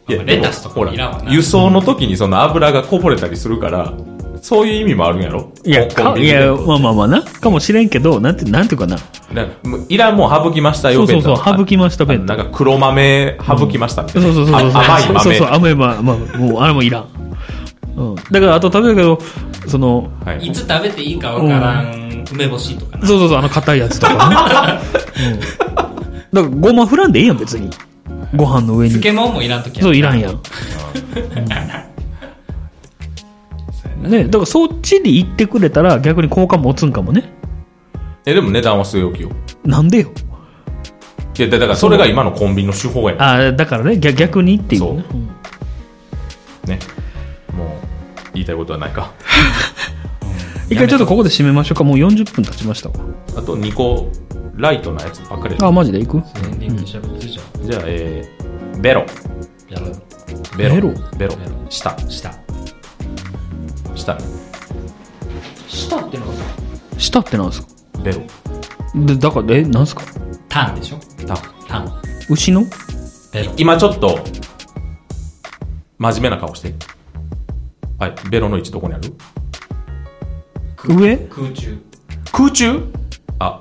Speaker 3: いや
Speaker 1: レタスとか
Speaker 3: でも
Speaker 1: いらんわな
Speaker 3: 輸送の時にその油がこぼれたりするから、そういう意味もあるんやろ
Speaker 2: いや、
Speaker 3: コン
Speaker 2: か
Speaker 3: ビ
Speaker 2: い
Speaker 3: ニ弁
Speaker 2: や、
Speaker 3: 当
Speaker 2: まあまあまあな。かもしれんけど、なんて、なんていうかな。
Speaker 3: なんかもういらんもん省きました
Speaker 2: そ
Speaker 3: よ、
Speaker 2: うそうそう、
Speaker 3: 弁当
Speaker 2: 省きました弁
Speaker 3: な
Speaker 2: 当。
Speaker 3: んか黒豆省きましたみた
Speaker 2: そ
Speaker 3: いう
Speaker 2: そ
Speaker 3: な。
Speaker 2: うそうそう。
Speaker 3: あ甘い豆。
Speaker 2: そうそう、甘いま、まあ、もう、あれもいらん。うん。だから、あと、例えばやけど、その、
Speaker 3: はい
Speaker 1: いつ食べていいかわからん梅干しとかな。
Speaker 2: そうそうそう、あの硬いやつ とかね。うん。だから、ごま振らんでいいやん、別に。ご飯の上に。
Speaker 1: 漬物もいらんとき
Speaker 2: そう、いらんやん。ねだからそっちに行ってくれたら逆に好感持つんかもね。
Speaker 3: え、でも値段は据え置きよ。
Speaker 2: なんでよ。
Speaker 3: いや、だからそれが今のコンビニの手法やね
Speaker 2: ああ、だからね、逆逆にっていうね、
Speaker 3: そんね。もう、言いたいことはないか。
Speaker 2: 一回ちょっとここで締めましょうか。もう40分経ちましたわ。
Speaker 3: あと2個、ライトなやつばっかりや
Speaker 2: あ、マジで行く
Speaker 1: エンディングしゃべってじゃん。
Speaker 3: じゃあ、えー、ベロ。
Speaker 1: やろう。
Speaker 3: ベロ。
Speaker 2: ベロ
Speaker 3: ベロ
Speaker 1: ベロ。
Speaker 3: 下。
Speaker 1: 舌。
Speaker 3: 下ね。
Speaker 1: 舌ってのはさ、
Speaker 2: 舌ってなんですか
Speaker 3: ベロ。
Speaker 2: で、だから、え、なんですか
Speaker 1: タンでしょ
Speaker 3: タン。
Speaker 1: タン。
Speaker 2: 牛の
Speaker 1: ベロ。
Speaker 3: 今ちょっと、真面目な顔して。はい、ベロの位置どこにある
Speaker 2: 上
Speaker 1: 空中。
Speaker 3: 空中あ、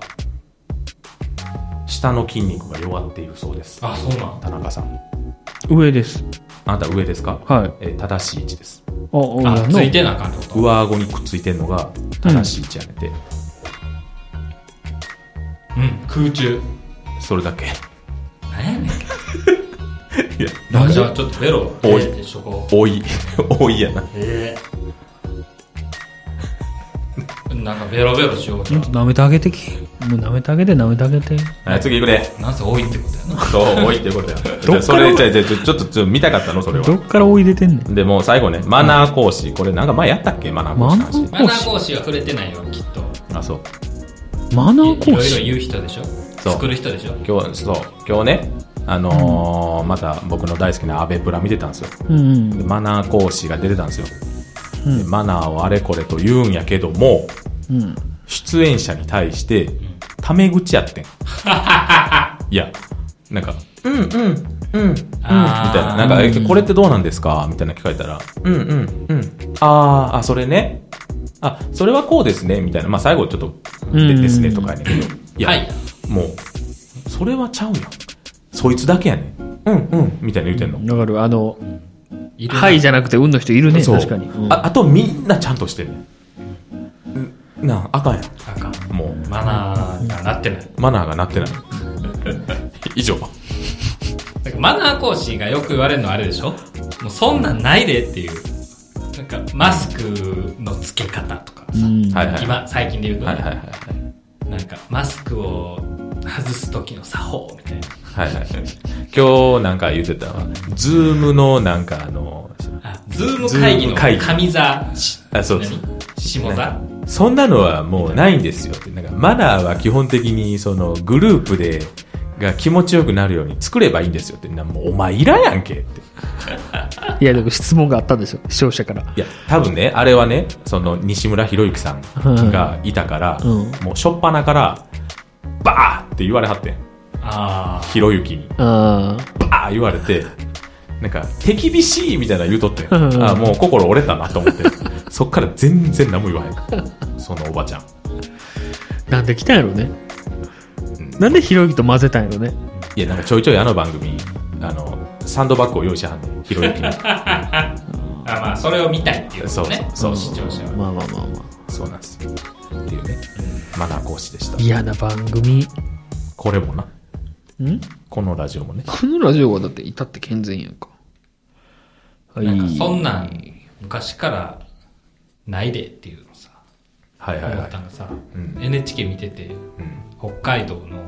Speaker 3: 下の筋肉が弱っているそうです。
Speaker 1: あ、そうなん。
Speaker 3: 田中さん。
Speaker 2: 上です。
Speaker 3: あなた上ですか
Speaker 2: はい。
Speaker 3: えー正しい位置です。
Speaker 2: あ、お
Speaker 1: あ、つい
Speaker 2: て
Speaker 1: てなあかんってこと
Speaker 3: 上顎にくっついてんのが正しい位置やねて、
Speaker 1: うん、空中。
Speaker 3: それだけ。
Speaker 1: なんやねん。
Speaker 3: いや、
Speaker 1: あじゃあちょっとベロ。
Speaker 3: おい
Speaker 1: えーそこ。
Speaker 3: 多い。 多いやな。
Speaker 1: ええ。なんかベロベロしようじゃん。
Speaker 2: 舐めてあげてき。もう舐めてあげて、舐めてあげて。
Speaker 3: はい、次行 くで。
Speaker 1: なんせ多いってことやな。
Speaker 3: そう、多いってことや。じゃあそれ、じゃあじゃあちょっと、ちょっと見たかったのそれ
Speaker 2: ど
Speaker 3: は。
Speaker 2: っからおいでてんねん。
Speaker 3: で、もう最後ね、マナー講師。これなんか前やったっけマナー講師の話。
Speaker 1: マナー講師は触れてないよ、きっと。
Speaker 3: あ、そう。
Speaker 2: マナー
Speaker 1: い
Speaker 2: 講
Speaker 1: ろいろ
Speaker 2: 師
Speaker 1: 言う人でしょ
Speaker 3: そう
Speaker 1: 作る人でしょ
Speaker 3: 今日、そう、今日ね、あのーまた僕の大好きなアベプラ見てたんですよ。
Speaker 2: うん
Speaker 3: でマナー講師が出てたんですよ。
Speaker 2: うん
Speaker 3: でマナーをあれこれと言うんやけども、
Speaker 2: うん。うん。
Speaker 3: 出演者に対して、タメ口や ってん。いや、なんか、うんうん、うん、み
Speaker 1: あー
Speaker 3: たいな。なんか、えこれってどうなんですかみたいな聞かれたら、うんうん、うん。あー、あ、それね。あ、それはこうですね。みたいな。まあ、最後ちょっと、
Speaker 2: うん
Speaker 3: でですね、とかやねんけど。いや、
Speaker 1: はい
Speaker 3: もう、それはちゃうやん。そいつだけやねん。うんうん、みたいな言うてんの。
Speaker 2: わかる。あの、
Speaker 1: いるな
Speaker 2: はいじゃなくて、運の人いるね、
Speaker 3: そう
Speaker 2: 確かに。うん
Speaker 3: ああとみんなちゃんとしてるなああかんやん
Speaker 1: あかん
Speaker 3: もう
Speaker 1: マナーがなってない。
Speaker 3: マナーがなってない 以上
Speaker 1: なんかマナー講師がよく言われるのはあれでしょもうそんなんないでっていう。なんか、マスクの付け方とかさ。
Speaker 2: うん
Speaker 3: はいはい
Speaker 1: 今、最近で言うとね、
Speaker 3: はいはいはい
Speaker 1: なんか、マスクを外す時の作法みたいな。
Speaker 3: はいはい今日なんか言ってたのはズームのなんかあの
Speaker 1: あ、ズーム会議の
Speaker 3: ズーム会議
Speaker 1: 上座、し
Speaker 3: あそうです
Speaker 1: 何下座
Speaker 3: なんかそんなのはもうないんですよってなんかマナーは基本的にそのグループでが気持ちよくなるように作ればいいんですよってなもうお前いらやんけって
Speaker 2: いや、でも質問があったんですよ、視聴者から。
Speaker 3: いや、多分ね、あれはね、その西村博之さんがいたから、
Speaker 2: うん
Speaker 3: もうしょっぱなから、バーって言われはってん。
Speaker 1: ああ。
Speaker 3: 博之に。
Speaker 2: あ
Speaker 3: バー言われて、なんか、手厳しいみたいなの言うとってん。
Speaker 2: うんうん
Speaker 3: あもう心折れたなと思って。そっから全然何も言わへん。そのおばちゃん。
Speaker 2: あ。なんで来たんやろね。なんでひろゆきと混ぜたんやろね。
Speaker 3: いや、なんかちょいちょいあの番組、あの、サンドバッグを用意しはんねん。博之に。
Speaker 1: あまあ、それを見たいっていうことね。
Speaker 3: そう
Speaker 1: 視聴者は。
Speaker 2: まあまあまあまあ。
Speaker 3: そうなんですよ。っていうね、マナー講師でした。
Speaker 2: 嫌な番組。ん
Speaker 3: これもな。
Speaker 2: こ
Speaker 3: このラジオもね。
Speaker 2: のラジオはだって、いたって健全やんか。は
Speaker 1: なんかそんなん昔からないでっていうのさ
Speaker 3: はいはい
Speaker 1: 思
Speaker 3: は
Speaker 1: っ
Speaker 3: い
Speaker 1: た。のさ、
Speaker 3: うん
Speaker 1: NHK 見てて
Speaker 3: うん
Speaker 1: 北海道の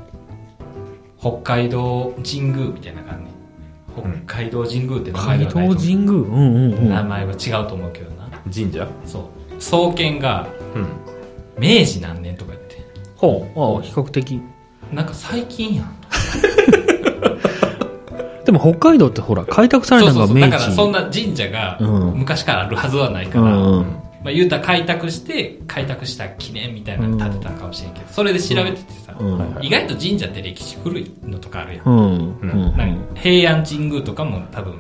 Speaker 1: 北海道神宮みたいな感じ、
Speaker 3: うん
Speaker 1: 北海道神宮って名前
Speaker 2: 海
Speaker 1: で
Speaker 2: 東
Speaker 1: はないと思う
Speaker 2: 神宮うんうんうん。
Speaker 1: 名前は違うと思うけどな
Speaker 3: 神社
Speaker 1: そう創建が
Speaker 3: うん。
Speaker 1: 明治何年とか言って
Speaker 2: ほう。ああ、比較的。
Speaker 1: なんか最近やんと
Speaker 2: でも北海道ってほら、開拓され
Speaker 1: そう
Speaker 2: た
Speaker 1: そ
Speaker 2: の
Speaker 1: うそうだ
Speaker 2: が明治。
Speaker 1: からそんな神社が
Speaker 2: うん
Speaker 1: 昔からあるはずはないか
Speaker 2: う
Speaker 1: ら、
Speaker 2: んうん。
Speaker 1: まあ、言うたら開拓して開拓した記念みたいなの建てたんかもしれんけど、それで調べててさ、
Speaker 2: うん
Speaker 3: はいはい
Speaker 1: 意外と神社って歴史古いのとかあるやん,、
Speaker 2: うん。う
Speaker 3: うん
Speaker 1: なん
Speaker 2: ん。
Speaker 1: か平安神宮とかも多分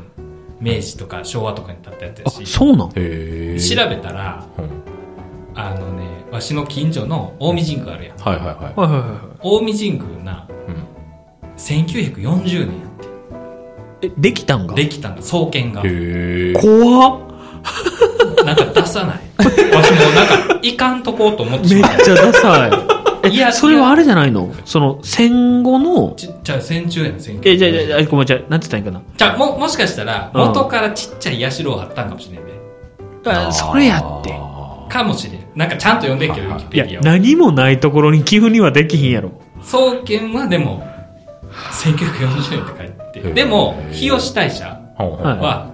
Speaker 1: 明治とか昭和とかに建ったやつや
Speaker 2: あ、
Speaker 1: し
Speaker 2: そうなん
Speaker 3: へー
Speaker 1: 調べたら
Speaker 3: うん
Speaker 1: あのねわしの近所の近江神宮あるやん
Speaker 3: はいはいは。
Speaker 2: はいはいはいは
Speaker 1: 近江神宮ない
Speaker 3: うん
Speaker 1: 1940年やって
Speaker 2: い。え、できたんが
Speaker 1: できたの創建が
Speaker 3: へー
Speaker 2: 怖っ
Speaker 1: なんか出さない わしもなんかいかんとこうと思ってし
Speaker 2: めっ
Speaker 1: まう
Speaker 2: ちゃダサい。 え、
Speaker 1: いや
Speaker 2: それはあれじゃないのその、戦後の、
Speaker 1: ちじゃあ戦中やん1940
Speaker 2: え、じゃあ、じゃあ、ごめん、じゃあ、なんて言ったらいい
Speaker 1: じゃあも、もしかしたら、
Speaker 2: うん
Speaker 1: 元からちっちゃい社はあったんかもしれんね。
Speaker 2: んかな。あ、それやって。
Speaker 3: あ
Speaker 1: かもしれん。なんかちゃんと読んでんけど、ウ
Speaker 3: はい
Speaker 1: ィ
Speaker 3: はい
Speaker 1: キ
Speaker 2: い
Speaker 1: ペディ
Speaker 2: や、
Speaker 1: アを。
Speaker 2: 何もないところに寄付にはできひんやろ。
Speaker 1: 創建はでも、1940年って書いて
Speaker 3: へ
Speaker 1: て。
Speaker 3: え
Speaker 1: でも、日吉大社
Speaker 3: ーほんほん
Speaker 2: はい
Speaker 1: は、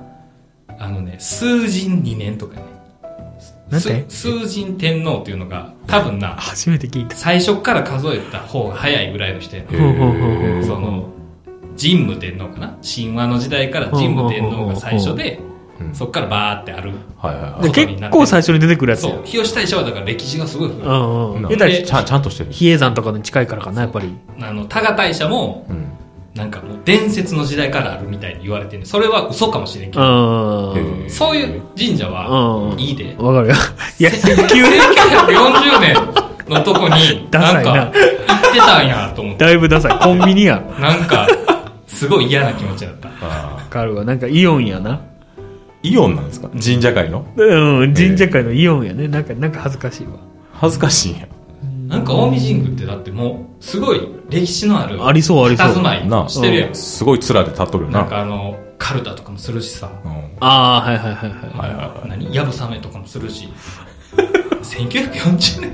Speaker 1: あのね、崇神2年とかね。
Speaker 2: なん
Speaker 1: す
Speaker 2: て
Speaker 1: 崇神天皇っていうのが、多分な、
Speaker 2: 初めて聞いた。
Speaker 1: 最初から数えた方が早いぐらいの人やな
Speaker 3: へ
Speaker 2: ほうほうほうほ
Speaker 3: ー
Speaker 2: う
Speaker 1: その、神武天皇かな神話の時代から神武天皇が最初で
Speaker 3: うん、
Speaker 1: そっからバーってある。
Speaker 3: はいはいは
Speaker 2: で
Speaker 1: ここになって
Speaker 2: 結構最初に出てくるやつ
Speaker 1: そ
Speaker 2: や。
Speaker 1: う、日吉大社はだから歴史がすごい古い。
Speaker 2: うんうん。
Speaker 3: い。
Speaker 2: え、だから
Speaker 1: で
Speaker 3: ちゃんちゃんとしてる。
Speaker 2: 比叡山とかに近いからかな、やっぱり。
Speaker 1: あの、多賀大社も、
Speaker 3: うん
Speaker 1: なんかもう伝説の時代からあるみたいに言われてる。それは嘘かもしれんけ
Speaker 2: う
Speaker 1: ど、
Speaker 2: ん。う
Speaker 3: へ
Speaker 2: ん
Speaker 3: ー
Speaker 1: そういう神社は
Speaker 2: う、ん
Speaker 1: いいで。
Speaker 2: わかるよ。い や、
Speaker 1: 1940年のとこに、
Speaker 2: ダ
Speaker 1: な
Speaker 2: サ
Speaker 1: ん
Speaker 2: いな
Speaker 1: か、行ってたんやと思って、
Speaker 2: だいぶダサい。コンビニや。わ
Speaker 1: なんか、すごい嫌な気持ちだった。
Speaker 3: あー
Speaker 2: かるわ。なんかイオンやな。
Speaker 3: イオンなんですか神社会の
Speaker 2: うん、神社界のイオンやね。なんか、なんか恥ずかしいわ。
Speaker 3: 恥ずかしいんや。
Speaker 1: なんか、近江神宮ってだってもう、すごい歴史のある、
Speaker 2: ありそうありそう
Speaker 1: 佇まい
Speaker 3: なあ
Speaker 1: してるやん。
Speaker 3: すごい面で立っとるよな。
Speaker 1: なんかあの、カルタとかもするしさ、
Speaker 3: うん
Speaker 2: ああ、はいはいはいはい。
Speaker 3: はいはいは
Speaker 1: 何やぶさめとかもするし、1940年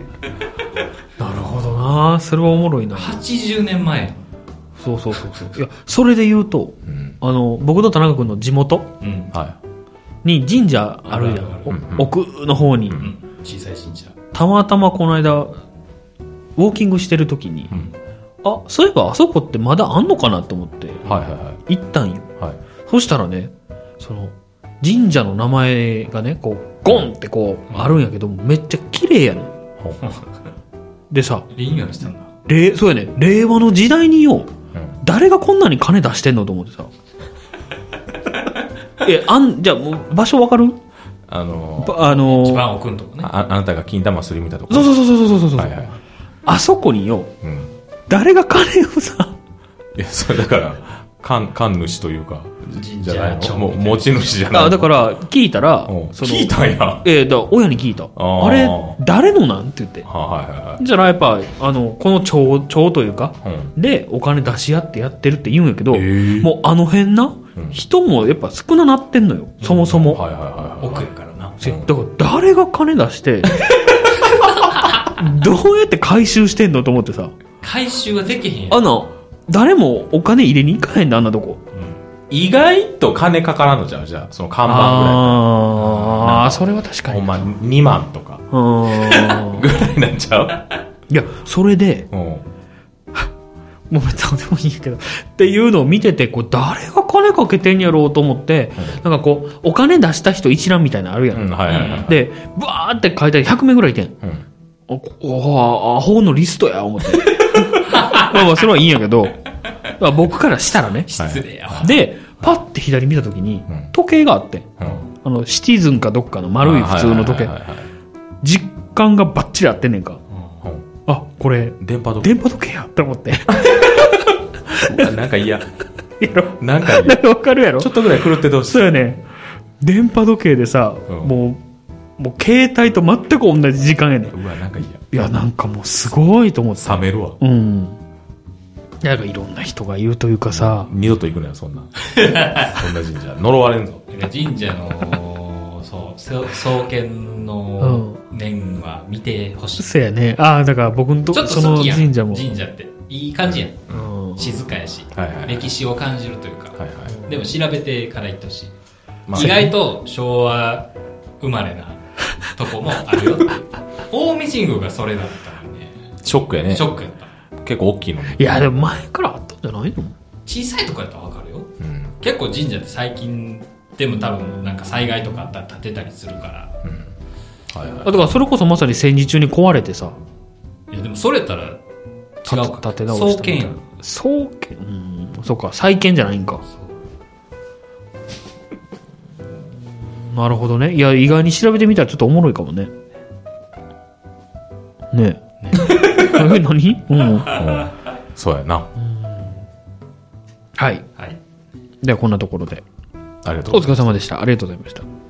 Speaker 2: なるほどなそれはおもろいな
Speaker 1: 80年前
Speaker 2: そうそうそうそういやそれで言うと
Speaker 3: うん
Speaker 2: あの僕と田中君の地元
Speaker 1: うん、
Speaker 3: は
Speaker 2: に神社あるや
Speaker 1: あるあ
Speaker 2: ん
Speaker 1: る
Speaker 2: お
Speaker 3: うんうん
Speaker 2: 奥の方に、
Speaker 1: うん、小さい神社
Speaker 2: たまたまこの間ウォーキングしてる時に、
Speaker 3: ん
Speaker 2: あそういえばあそこってまだあんのかなと思って
Speaker 3: いはいは
Speaker 2: 行ったんよ
Speaker 3: いはいはい
Speaker 2: そしたらねその神社の名前がねこうゴンってこうあるんやけどめっちゃ綺麗 やねん
Speaker 3: ほう
Speaker 2: でさ
Speaker 1: リニューアルしたんだ
Speaker 2: 令そうやね令和の時代によ
Speaker 3: うん
Speaker 2: 誰がこんなに金出してんのと思 ってさえあんじゃあもう場所わかる
Speaker 3: あのー
Speaker 2: ばあのー
Speaker 1: 一番奥んとこね
Speaker 3: ああなたが金玉すりむいたとこ
Speaker 2: そうそうそうそうそうそうそう、
Speaker 3: はいはい
Speaker 2: あそこによ
Speaker 3: うん
Speaker 2: 誰が金をさ
Speaker 3: いやそれだから神神主というか
Speaker 1: 神
Speaker 3: じゃない
Speaker 1: 社
Speaker 3: のもう持ち主じゃない
Speaker 2: あだから聞いたら
Speaker 3: うん
Speaker 2: その
Speaker 3: 聞いたんやは
Speaker 2: ええだから親に聞いた
Speaker 3: あー
Speaker 2: あれ誰のなんって言って
Speaker 3: あはいは
Speaker 2: じゃあやっぱあのこの町町というか
Speaker 3: いはいうん
Speaker 2: でお金出し合ってやってるって言うんやけど、
Speaker 3: えー
Speaker 2: もうあの辺な、
Speaker 3: うん
Speaker 2: 人もやっぱ少ななってんのよそもそも、
Speaker 3: はいはいはいはい
Speaker 1: 奥やからな
Speaker 2: せだから誰が金出して どうやって回収してんのと思ってさ
Speaker 1: 回収はできへんやん
Speaker 2: あの誰もお金入れに行かへんだあんなとこ
Speaker 3: 意外と金かからんのじゃうじゃあその看板ぐらい
Speaker 2: ああそれは確か
Speaker 3: ほ
Speaker 2: に
Speaker 3: んま2万とか
Speaker 2: うーん
Speaker 3: ぐらいなんちゃ
Speaker 2: いやそれで
Speaker 3: う、うん、
Speaker 2: もうどうでもいいんやけど。っていうのを見てて、こう、誰が金かけてんやろうと思って、なんかこう、お金出した人一覧みたいなのあるやん。
Speaker 3: うん、はいはいはい、
Speaker 2: で、バーって書いてある100名ぐらいいてん。
Speaker 3: うん、
Speaker 2: おおアホのリストや、思って。 まあまあ、それはいいんやけど、まあ僕からしたらね。
Speaker 1: 失礼やわ、
Speaker 2: で、パッて左見たときに
Speaker 3: うん、
Speaker 2: 時計があってん。
Speaker 3: うん、
Speaker 2: あの、シティズンかどっかの丸い普通の時計
Speaker 3: はい。はいはいはい
Speaker 2: 実感がバッチリ合ってんねんか。
Speaker 3: はい
Speaker 2: あ、これ、
Speaker 3: うん、電波時
Speaker 2: 電波時計や、と思 って。や
Speaker 3: 計なんか嫌
Speaker 2: ろ。
Speaker 3: なん
Speaker 2: な
Speaker 3: か嫌
Speaker 2: んか わかるやろ
Speaker 3: ちょっとぐらい狂っててほしい
Speaker 2: そうやね電波時計でさ、
Speaker 3: うん
Speaker 2: もうもう携帯と全く同じ時間やねん
Speaker 3: うわなんか嫌
Speaker 2: いやなんかもうすごいと思って
Speaker 3: 冷めるわ
Speaker 2: うんなんかいろんな人がいるというかさ、
Speaker 3: 二度と行くなよそんなそんな神社呪われんぞ
Speaker 1: なんか神社のそうそう創建の年は見てほしい、
Speaker 2: そやねああだから僕のと
Speaker 1: ちょっと
Speaker 2: そ
Speaker 1: 好
Speaker 2: の
Speaker 1: きやん
Speaker 2: 神社も
Speaker 1: っていい感じやん、
Speaker 2: うん
Speaker 1: 静かやし、
Speaker 3: はいはいはい
Speaker 1: 歴史を感じるというか、
Speaker 3: はいはい、
Speaker 1: でも調べてから行ってほしい、
Speaker 3: まあ、
Speaker 1: 意外と昭和生まれなとこもあるよ っていう近江神宮がそれだったのね
Speaker 3: ショックやね
Speaker 1: ショックやった
Speaker 3: 結構大きいの、
Speaker 2: いやでも前からあったんじゃないの
Speaker 1: 小さいとこやったら分かるよ
Speaker 3: うん
Speaker 1: 結構神社って最近でも多分なんか災害とかあったら建てたりするから
Speaker 3: はいはい
Speaker 2: あだからそれこそまさに戦時中に壊れてさ
Speaker 1: いやでもそれやったら違うか
Speaker 2: 立て直し
Speaker 1: 創
Speaker 2: たみ
Speaker 1: 建
Speaker 2: た
Speaker 1: や
Speaker 2: いなん創建うんそっか再建じゃないんかなるほどねいや意外に調べてみたらちょっとおもろいかもねねえ え何うん
Speaker 3: そうやな
Speaker 2: はい
Speaker 1: はい
Speaker 2: ではこんなところで
Speaker 3: ありがとうございます
Speaker 2: お疲れ様でしたありがとうございました